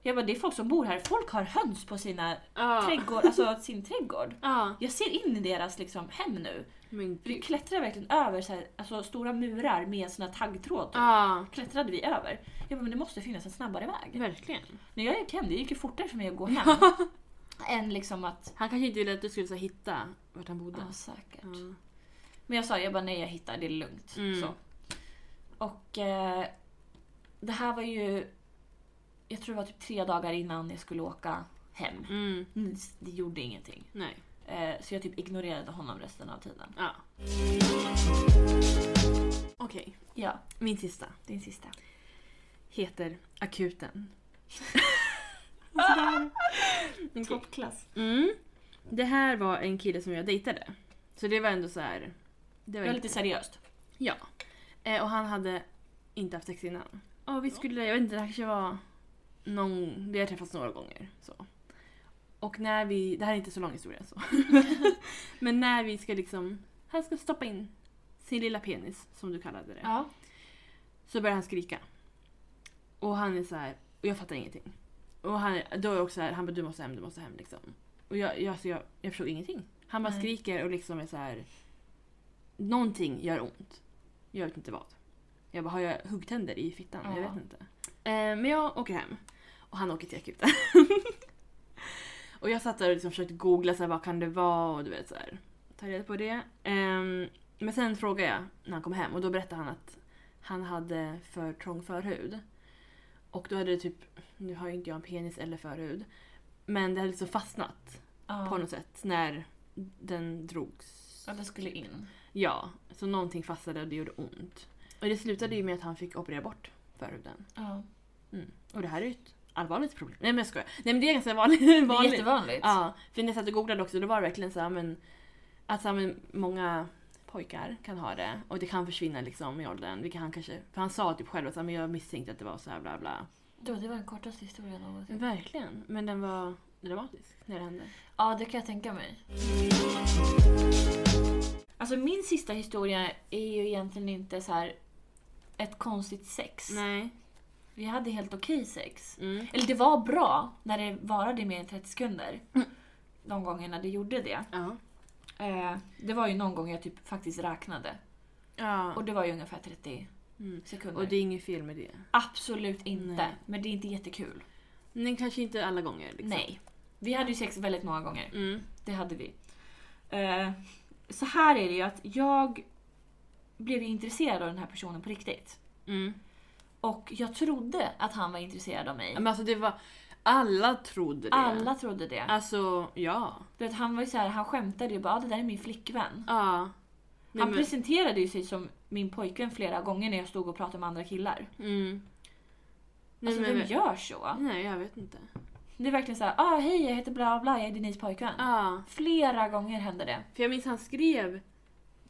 Speaker 2: Jag bara, det är folk som bor här, folk har höns på sina
Speaker 1: Ja.
Speaker 2: trädgård, alltså sin trädgård.
Speaker 1: ja.
Speaker 2: Jag ser in i deras liksom, hem nu.
Speaker 1: Men
Speaker 2: För vi
Speaker 1: gud.
Speaker 2: klättrade verkligen över så här, alltså, stora murar med såna här taggtråd. typ.
Speaker 1: Ja.
Speaker 2: Klättrade vi över. Jag bara, men det måste finnas en snabbare väg.
Speaker 1: Verkligen.
Speaker 2: När jag gick hem, det gick ju fortare för mig att gå hem. än liksom att...
Speaker 1: Han kanske inte ville att du skulle så här, hitta vart han bodde.
Speaker 2: Ja, säkert.
Speaker 1: Ja.
Speaker 2: Men jag sa, jag bara nej jag hittar, det är lugnt.
Speaker 1: Mm.
Speaker 2: Så. Och eh, det här var ju jag tror det var typ tre dagar innan jag skulle åka hem.
Speaker 1: Mm.
Speaker 2: Det gjorde ingenting.
Speaker 1: Nej.
Speaker 2: Eh, så jag typ ignorerade honom resten av tiden.
Speaker 1: Ja. Okej,
Speaker 2: Ja,
Speaker 1: min sista
Speaker 2: din sista.
Speaker 1: heter Akuten. Okej.
Speaker 2: Toppklass.
Speaker 1: Mm. Det här var en kille som jag dejtade. Så det var ändå så här. Det var
Speaker 2: Väldigt seriöst.
Speaker 1: Ja. Eh, och han hade inte haft sex innan. Och vi skulle, jag vet inte, det här kanske var någon, vi har träffats några gånger. Så. Och när vi, det här är inte så lång historia så. Men när vi ska liksom, han ska stoppa in sin lilla penis, som du kallade det.
Speaker 2: Ja.
Speaker 1: Så börjar han skrika. Och han är så här, och jag fattar ingenting. Och han, då är jag också så här, han bara du måste hem, du måste hem liksom. Och jag, jag, så jag, jag förstod ingenting. Han bara
Speaker 2: Nej.
Speaker 1: skriker och liksom är så här. Någonting gör ont. Jag vet inte vad. Jag bara, har jag huggtänder i fittan? Jag
Speaker 2: Ja.
Speaker 1: vet inte. Eh, men jag åker hem. Och han åker till akuten. och jag satt där och liksom försökte googla så här, vad kan det vara och du vet så här. Ta reda på det. Ehm, men sen frågade jag när han kom hem och då berättade han att han hade för trång förhud. Och då hade det typ, nu har ju inte jag en penis eller förhud, men det hade liksom fastnat
Speaker 2: Ja.
Speaker 1: på något sätt när den drogs.
Speaker 2: Ja, det skulle in.
Speaker 1: Ja, så någonting fastnade och det gjorde ont. Och det slutade ju med att han fick operera bort förhuden.
Speaker 2: Ja.
Speaker 1: Mm. Och det här är ju ett allvarligt problem. Nej men jag skojar. Nej men det är ganska vanligt.
Speaker 2: Det är jättevanligt.
Speaker 1: Ja, för när jag satt och googlade också då var det verkligen så här, men att så här, men många pojkar kan ha det och det kan försvinna liksom i åldern. Vilket han kanske, för han sa typ själv att så här, men jag misstänkte att det var så här bla bla.
Speaker 2: Då, det var den kortaste historien någonsin.
Speaker 1: Verkligen, men den var dramatisk när det hände.
Speaker 2: Ja, det kan jag tänka mig. Alltså min sista historia är ju egentligen inte så här ett konstigt sex.
Speaker 1: Nej.
Speaker 2: Vi hade helt okej sex.
Speaker 1: Mm.
Speaker 2: Eller det var bra när det varade i mer än 30 sekunder.
Speaker 1: Mm.
Speaker 2: De gångerna det gjorde det.
Speaker 1: Ja.
Speaker 2: Eh, det var ju någon gång jag typ faktiskt räknade.
Speaker 1: ja.
Speaker 2: Och
Speaker 1: Och,
Speaker 2: det var ju ungefär 30
Speaker 1: mm.
Speaker 2: sekunder.
Speaker 1: och det är inget fel med det.
Speaker 2: Absolut inte.
Speaker 1: Nej.
Speaker 2: Men det är inte jättekul.
Speaker 1: Men kanske inte alla gånger. Liksom.
Speaker 2: Nej. Vi hade ju sex väldigt många gånger.
Speaker 1: Mm.
Speaker 2: Det hade vi. Eh, så här är det ju att jag blev ju intresserad av den här personen på riktigt.
Speaker 1: Mm.
Speaker 2: Och jag trodde att han var intresserad av mig.
Speaker 1: Men alltså det var... Alla trodde det.
Speaker 2: Alla trodde det.
Speaker 1: Alltså, ja.
Speaker 2: Du vet, han var ju så här, han skämtade ju bara "Ah, det där är min flickvän.
Speaker 1: Ja. Nej,
Speaker 2: Han
Speaker 1: men-
Speaker 2: presenterade ju sig som min pojkvän flera gånger när jag stod och pratade med andra killar.
Speaker 1: Mm. Nej,
Speaker 2: Alltså
Speaker 1: men-
Speaker 2: vem gör så?
Speaker 1: Nej, jag vet inte.
Speaker 2: Det är verkligen så här, ah hej jag heter bla bla, jag är Denise pojkvän.
Speaker 1: Ja,
Speaker 2: Flera gånger hände det.
Speaker 1: för jag minns han skrev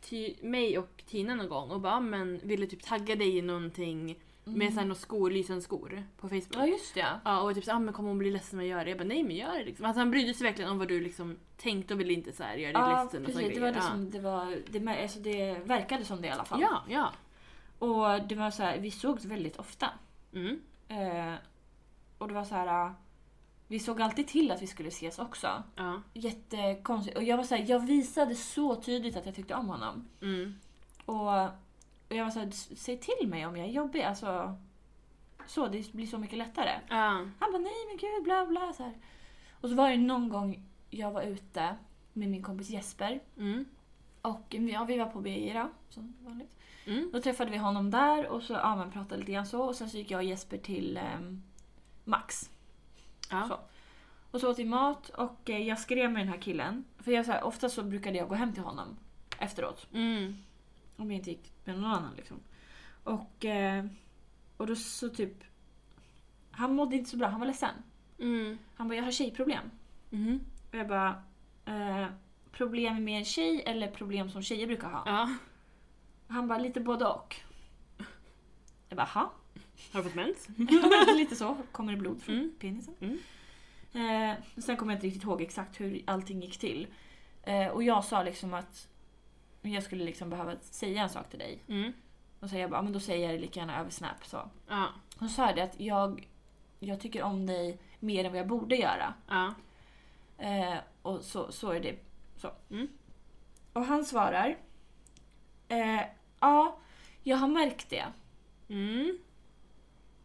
Speaker 1: till mig och Tina någon gång och bara "Ah, men ville typ tagga dig i någonting
Speaker 2: Mm.
Speaker 1: med såhär några skor, lysande skor på Facebook.
Speaker 2: Ja just det.
Speaker 1: Ja, och typ såhär, ah, men kommer hon bli ledsen om jag gör det? Jag bara, nej men gör det liksom. Alltså han brydde sig verkligen om vad du liksom tänkte och ville inte såhär göra dig
Speaker 2: Ja
Speaker 1: ledsen och såna
Speaker 2: precis, det var
Speaker 1: grejer.
Speaker 2: det som det var, det, mär- alltså det verkade som det i alla fall.
Speaker 1: Ja, ja.
Speaker 2: Och det var så här, vi sågs väldigt ofta.
Speaker 1: ja. Mm.
Speaker 2: Eh, och det var så här. eh, Vi såg alltid till att vi skulle ses också.
Speaker 1: Ja.
Speaker 2: Jättekonstigt. Och jag var så här, jag visade så tydligt att jag tyckte om honom.
Speaker 1: Mm.
Speaker 2: Och, och jag var så här, "S- säg till mig om jag är jobbig. Alltså, så, det blir så mycket lättare.
Speaker 1: Ja.
Speaker 2: Han bara nej men gud bla bla så här. Och så var det någon gång jag var ute med min kompis Jesper.
Speaker 1: Mm.
Speaker 2: Och ja, vi var på BI då, som vanligt.
Speaker 1: Mm.
Speaker 2: Då träffade vi honom där och så ja, men pratade lite grann så och sen så gick jag och Jesper till ehm, Max.
Speaker 1: Ja.
Speaker 2: Så. Och så åt vi mat och eh, jag skrev med den här killen. För jag, så här, ofta så brukade jag gå hem till honom efteråt.
Speaker 1: Mm.
Speaker 2: Om jag inte gick med någon annan liksom. Och, eh, och då så typ... Han mådde inte så bra, han var ledsen.
Speaker 1: Mm.
Speaker 2: Han bara, jag har tjejproblem.
Speaker 1: Mhm.
Speaker 2: Och jag bara, eh, problem med en tjej eller problem som tjejer brukar ha?
Speaker 1: Ja.
Speaker 2: Han bara, lite både och. Jag bara, ha?
Speaker 1: Har du fått mens?
Speaker 2: lite så kommer det blod från
Speaker 1: Mm.
Speaker 2: penisen.
Speaker 1: Mm.
Speaker 2: Eh, sen kommer jag inte riktigt ihåg exakt hur allting gick till. Eh, och jag sa liksom att jag skulle liksom behöva säga en sak till dig.
Speaker 1: Mm.
Speaker 2: Och så jag bara, "Ja, men då säger jag det lika gärna över Snap. Så.
Speaker 1: Ja.
Speaker 2: Hon sa det att jag, jag tycker om dig mer än vad jag borde göra.
Speaker 1: Ja.
Speaker 2: Eh, och så, så är det. Så.
Speaker 1: Mm.
Speaker 2: Och han svarar. Eh, ja, jag har märkt det.
Speaker 1: Mm.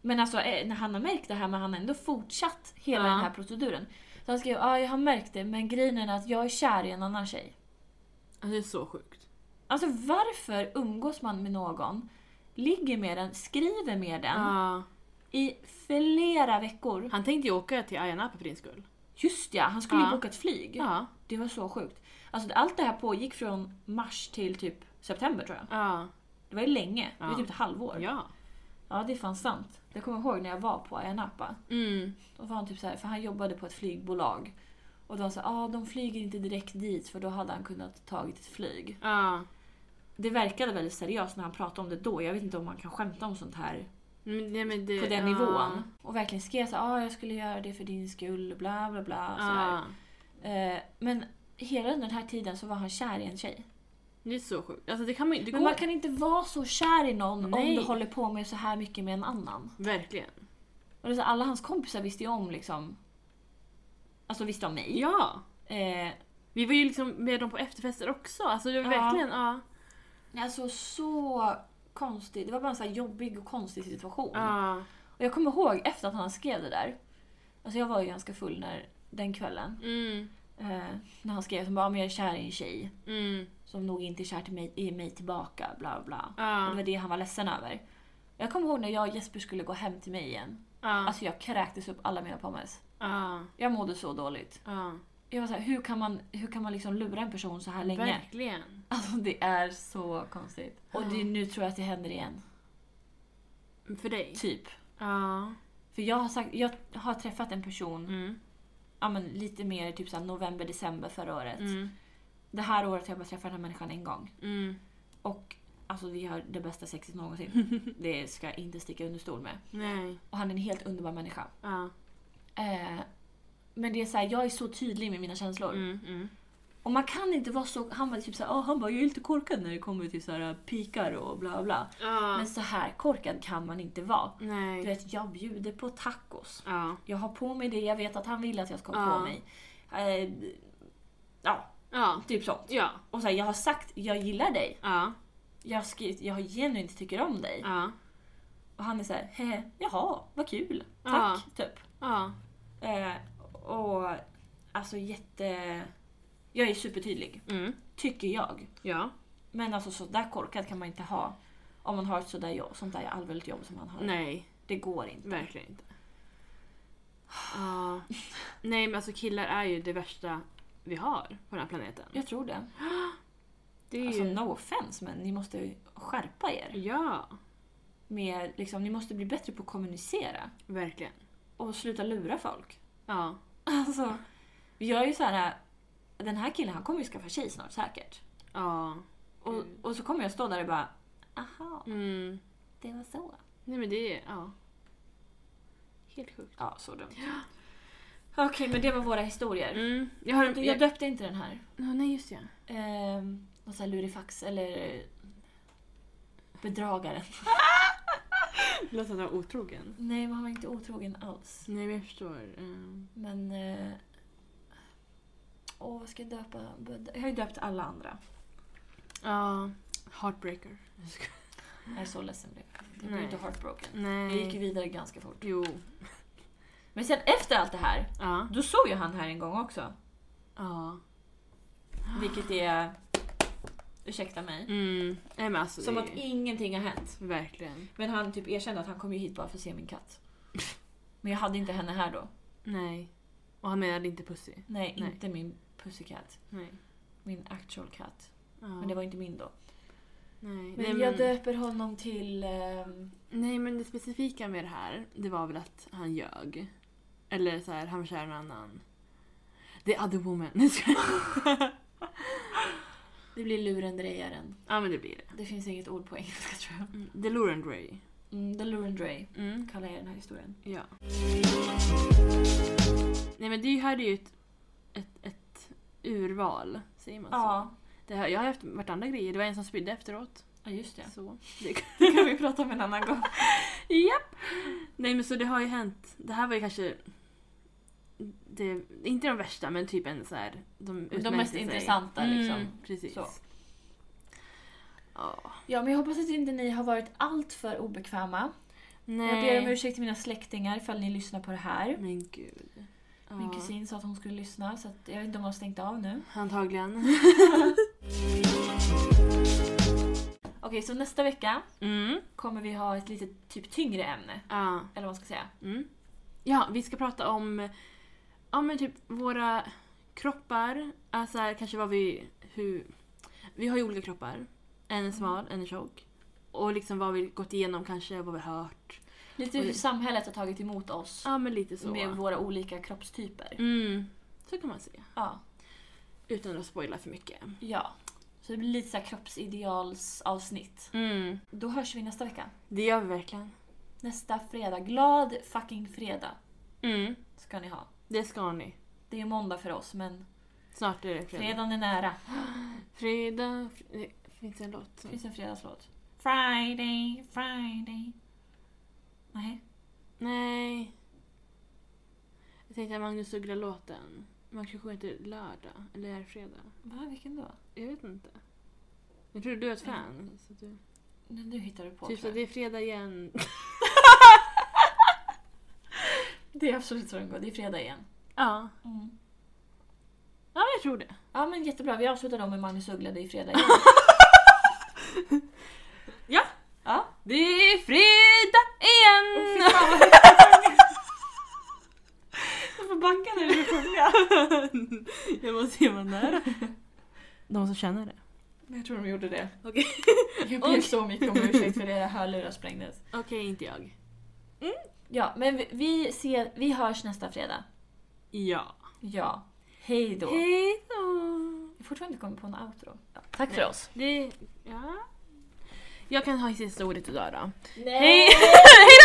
Speaker 2: Men alltså eh, när han har märkt det här men han har ändå fortsatt hela
Speaker 1: Ja.
Speaker 2: den här proceduren. Så han skrev ja jag har märkt det men grejen är att jag är kär i en annan tjej.
Speaker 1: Alltså det är så sjukt.
Speaker 2: Alltså varför umgås man med någon, ligger med den, skriver med den
Speaker 1: Ja.
Speaker 2: i flera veckor.
Speaker 1: Han tänkte ju åka till Ayia Napa för din skull.
Speaker 2: Just ja, han skulle ju
Speaker 1: Ja.
Speaker 2: boka ett flyg.
Speaker 1: Ja.
Speaker 2: Det var så sjukt. Alltså allt det här pågick från mars till typ september tror jag.
Speaker 1: Ja.
Speaker 2: Det var ju länge, det var ju
Speaker 1: Ja.
Speaker 2: typ ett halvår. Ja.
Speaker 1: Ja.
Speaker 2: det är fan sant. Jag kommer ihåg när jag var på Ayia Napa.
Speaker 1: Mm.
Speaker 2: Då var han typ så här, för han jobbade på ett flygbolag. Och de sa ah, de flyger inte direkt dit för då hade han kunnat tagit ett flyg.
Speaker 1: Ja.
Speaker 2: Det verkade väldigt seriöst när han pratade om det då. Jag vet inte om man kan skämta om sånt här
Speaker 1: Men, Mm, nej, men det,
Speaker 2: på den
Speaker 1: ja.
Speaker 2: nivån. Och verkligen skrev så här, ah, jag skulle göra det för din skull, bla bla bla. Så här.
Speaker 1: Ja.
Speaker 2: Eh, men hela den här tiden så var han kär i en tjej.
Speaker 1: Det är så sjukt. Alltså det kan man ju... Det går
Speaker 2: Men man kan inte vara så kär i någon om
Speaker 1: Nej.
Speaker 2: du håller på med så här mycket med en annan.
Speaker 1: Verkligen.
Speaker 2: Mm. Och det är så, här, alla hans kompisar visste ju om liksom... Alltså visste om mig.
Speaker 1: Ja.
Speaker 2: Eh,
Speaker 1: Vi var ju liksom med dem på efterfester också. Alltså det var
Speaker 2: Ja.
Speaker 1: verkligen... Ja.
Speaker 2: alltså så konstigt. Det var bara en så här jobbig och konstig situation.
Speaker 1: Ja.
Speaker 2: Och jag kommer ihåg efter att han skrev det där. Alltså jag var ju ganska full när, den kvällen.
Speaker 1: Mm.
Speaker 2: Eh, när han skrev som bara, "Ja, men jag är kär i en tjej.
Speaker 1: Mm.
Speaker 2: Som nog inte är kär till mig, i mig tillbaka, bla bla. Och det
Speaker 1: Ja.
Speaker 2: var det han var ledsen över. Jag kommer ihåg när jag och Jesper skulle gå hem till mig igen.
Speaker 1: Ja.
Speaker 2: Alltså jag kräktes upp alla mina pommes.
Speaker 1: Ja.
Speaker 2: Jag mådde så dåligt.
Speaker 1: Ja.
Speaker 2: Jag var så här, hur kan man, hur kan man liksom lura en person så här länge?
Speaker 1: Verkligen.
Speaker 2: Alltså det är så konstigt. Och det, nu tror jag att det händer igen.
Speaker 1: För dig.
Speaker 2: Typ.
Speaker 1: Ja.
Speaker 2: För jag har, sagt, jag har träffat en person
Speaker 1: Mm.
Speaker 2: ja, men lite mer typ så här november, december förra året.
Speaker 1: Mm.
Speaker 2: Det här året har jag bara träffat den här människan en gång.
Speaker 1: Mm.
Speaker 2: Och alltså vi har det bästa sexet någonsin. det ska jag inte sticka under stol med.
Speaker 1: Nej.
Speaker 2: Och han är en helt underbar människa.
Speaker 1: Ja.
Speaker 2: Eh, men det är så här, jag är så tydlig med mina känslor.
Speaker 1: Mm. Mm.
Speaker 2: Och man kan inte vara så... Han var typ så här, "Ah, han bara, jag är lite korkad när det kommer till så här äh, pikar och bla bla.
Speaker 1: Ja.
Speaker 2: Men så här korkad kan man inte vara. Du
Speaker 1: Nej.
Speaker 2: vet, jag bjuder på tacos.
Speaker 1: Ja.
Speaker 2: Jag har på mig det jag vet att han vill att jag ska ha
Speaker 1: Ja.
Speaker 2: på mig. Eh, ja,
Speaker 1: Ja.
Speaker 2: typ sånt.
Speaker 1: Ja.
Speaker 2: Och så här, jag har sagt, jag gillar dig.
Speaker 1: Ja.
Speaker 2: Jag har skrivit, jag har genuint tycker om dig.
Speaker 1: Ja.
Speaker 2: Och han är så här, hehe, jaha, vad kul.
Speaker 1: Ja.
Speaker 2: Tack, typ.
Speaker 1: Ja.
Speaker 2: Eh, och alltså jätte... Jag är supertydlig,
Speaker 1: Mm.
Speaker 2: tycker jag.
Speaker 1: Ja.
Speaker 2: Men alltså sådär korkad kan man inte ha om man har ett sådär jobb, sånt där allvarligt jobb som han har.
Speaker 1: Nej.
Speaker 2: Det går inte.
Speaker 1: Verkligen inte. Ja. Nej men alltså killar är ju det värsta vi har på den här planeten.
Speaker 2: Jag tror det.
Speaker 1: Det är ju...
Speaker 2: Alltså no offense, men ni måste ju skärpa er.
Speaker 1: Ja.
Speaker 2: Med, liksom, ni måste bli bättre på att kommunicera
Speaker 1: Verkligen.
Speaker 2: och sluta lura folk.
Speaker 1: Ja.
Speaker 2: Alltså, jag är ju så här. den här killen han kommer ju skaffa tjej snart säkert.
Speaker 1: Ja.
Speaker 2: Och,
Speaker 1: Mm.
Speaker 2: och så kommer jag stå där och bara, aha,
Speaker 1: Mm.
Speaker 2: det var så.
Speaker 1: Nej men det är... Ja. Helt sjukt.
Speaker 2: Ja, så dumt. Okej, men det var våra historier.
Speaker 1: Mm. Jag har
Speaker 2: Du,
Speaker 1: en...
Speaker 2: jag
Speaker 1: Jag...
Speaker 2: döpte inte den här.
Speaker 1: Ja, nej just ja.
Speaker 2: Ehm, någon sån här lurifax eller eh, bedragaren.
Speaker 1: Det låter som att jag var otrogen.
Speaker 2: Nej, man var inte otrogen alls.
Speaker 1: Nej men jag förstår. Ehm,
Speaker 2: Men... eh, Åh, vad ska jag döpa? Bed- Jag har ju döpt alla andra.
Speaker 1: Ja. Heartbreaker. Jag skojar.
Speaker 2: Jag är så ledsen blev jag. Jag blev
Speaker 1: Nej.
Speaker 2: inte heartbroken. Jag
Speaker 1: Nej.
Speaker 2: gick ju vidare ganska fort.
Speaker 1: Jo.
Speaker 2: Men sen efter allt det här,
Speaker 1: Ja.
Speaker 2: då såg ju han här en gång också.
Speaker 1: Ja.
Speaker 2: Vilket är... Ursäkta mig.
Speaker 1: Mm. Nej men alltså
Speaker 2: Som
Speaker 1: det
Speaker 2: att
Speaker 1: är ju...
Speaker 2: ingenting har hänt.
Speaker 1: Verkligen.
Speaker 2: Men han typ erkände att han kom ju hit bara för att se min katt. Men jag hade inte henne här då.
Speaker 1: Nej. Och han menade inte pussy.
Speaker 2: Nej,
Speaker 1: Nej.
Speaker 2: inte min pussycat.
Speaker 1: Nej.
Speaker 2: Min actual katt.
Speaker 1: Ja.
Speaker 2: Men det var inte min då.
Speaker 1: Nej.
Speaker 2: Men
Speaker 1: nej,
Speaker 2: jag döper honom till... ehm,
Speaker 1: Nej men det specifika med det här, det var väl att han ljög. Eller så här, han var kär i en annan. The other woman. Nej, jag skojar.
Speaker 2: det blir lurendrejaren.
Speaker 1: ja men det blir det.
Speaker 2: Det finns inget ord på engelska tror jag.
Speaker 1: Mm. The Lauren Gray.
Speaker 2: Mm, the lurendrej
Speaker 1: Mm.
Speaker 2: kallar jag den här historien.
Speaker 1: Ja. Nej men det här är ju ett, ett, ett urval, säger man så?
Speaker 2: Ja.
Speaker 1: Det här, jag har haft vartandra grejer, det var en som spydde efteråt.
Speaker 2: ja, just det.
Speaker 1: Så. Det,
Speaker 2: Det kan vi prata om en annan gång.
Speaker 1: Japp! Nej men så det har ju hänt. Det här var ju kanske... Det, inte de värsta men typ en så här... De, utmärkte
Speaker 2: mest
Speaker 1: sig.
Speaker 2: intressanta, liksom.
Speaker 1: Mm, precis.
Speaker 2: Så.
Speaker 1: Ja.
Speaker 2: Ja, men jag hoppas att inte ni har varit allt för obekväma.
Speaker 1: Nej.
Speaker 2: Jag ber om ursäkt till mina släktingar ifall ni lyssnar på det här.
Speaker 1: Men gud. Ja.
Speaker 2: Min kusin sa att hon skulle lyssna så att jag vet inte om hon har stängt av nu.
Speaker 1: Antagligen.
Speaker 2: Okej, Okej, så nästa vecka
Speaker 1: Mm.
Speaker 2: kommer vi ha ett lite typ tyngre ämne.
Speaker 1: Ja.
Speaker 2: Eller vad man ska säga.
Speaker 1: Mm. Ja, vi ska prata om ja, men typ våra kroppar. Alltså här, kanske vad vi... Hur, vi har ju olika kroppar. En är
Speaker 2: Mm.
Speaker 1: smal, en är tjock. Och liksom vad vi gått igenom kanske, vad vi hört.
Speaker 2: Lite
Speaker 1: Oj.
Speaker 2: hur samhället har tagit emot oss
Speaker 1: Ja, men lite så.
Speaker 2: med våra olika kroppstyper.
Speaker 1: Mm. Så kan man se.
Speaker 2: Ja.
Speaker 1: Utan att spoila för mycket.
Speaker 2: ja. Så det blir lite så här kroppsidealsavsnitt.
Speaker 1: Mm.
Speaker 2: Då hörs vi nästa vecka.
Speaker 1: Det gör vi verkligen.
Speaker 2: Nästa fredag. Glad fucking fredag
Speaker 1: Mm.
Speaker 2: ska ni ha.
Speaker 1: Det ska ni.
Speaker 2: Det är ju måndag för oss men
Speaker 1: Snart är det fredag.
Speaker 2: fredagen är nära.
Speaker 1: Fredag... fr- eh, Finns det en låt?
Speaker 2: Det
Speaker 1: som-
Speaker 2: finns en fredagslåt. Friday, Friday. Nej.
Speaker 1: Nej. Jag tänkte Magnus Uggla-låten. Man kanske sjunger till lördag, eller är det fredag?
Speaker 2: Va, vilken då?
Speaker 1: Jag vet inte. Jag tror du är ett fan. Så du...
Speaker 2: Nu, nu hittar du på.
Speaker 1: Typ så,
Speaker 2: tror
Speaker 1: det
Speaker 2: jag.
Speaker 1: är fredag igen.
Speaker 2: det är absolut så den går. Det är fredag igen.
Speaker 1: ja.
Speaker 2: Mm.
Speaker 1: ja, jag tror det.
Speaker 2: Ja men jättebra, vi avslutar då med Magnus Uggla, det är fredag igen.
Speaker 1: Ja.
Speaker 2: ja.
Speaker 1: Det är fredag igen!
Speaker 2: Jag får backa när du
Speaker 1: jag måste ju vara nära. De som känner det.
Speaker 2: Jag tror de gjorde det.
Speaker 1: Okej.
Speaker 2: Jag ber
Speaker 1: Okej.
Speaker 2: så mycket om ursäkt för era hörlurar sprängdes.
Speaker 1: Okej, inte jag.
Speaker 2: Ja, men vi, vi, ser, vi hörs nästa fredag.
Speaker 1: Ja.
Speaker 2: Ja. Hej då. Jag
Speaker 1: Hej då!
Speaker 2: har fortfarande inte kommit på någon outro. Ja, tack för oss.
Speaker 1: Det... Ja. Jag kan ha sista ordet idag då.
Speaker 2: Nej.
Speaker 1: Hej! Hej då!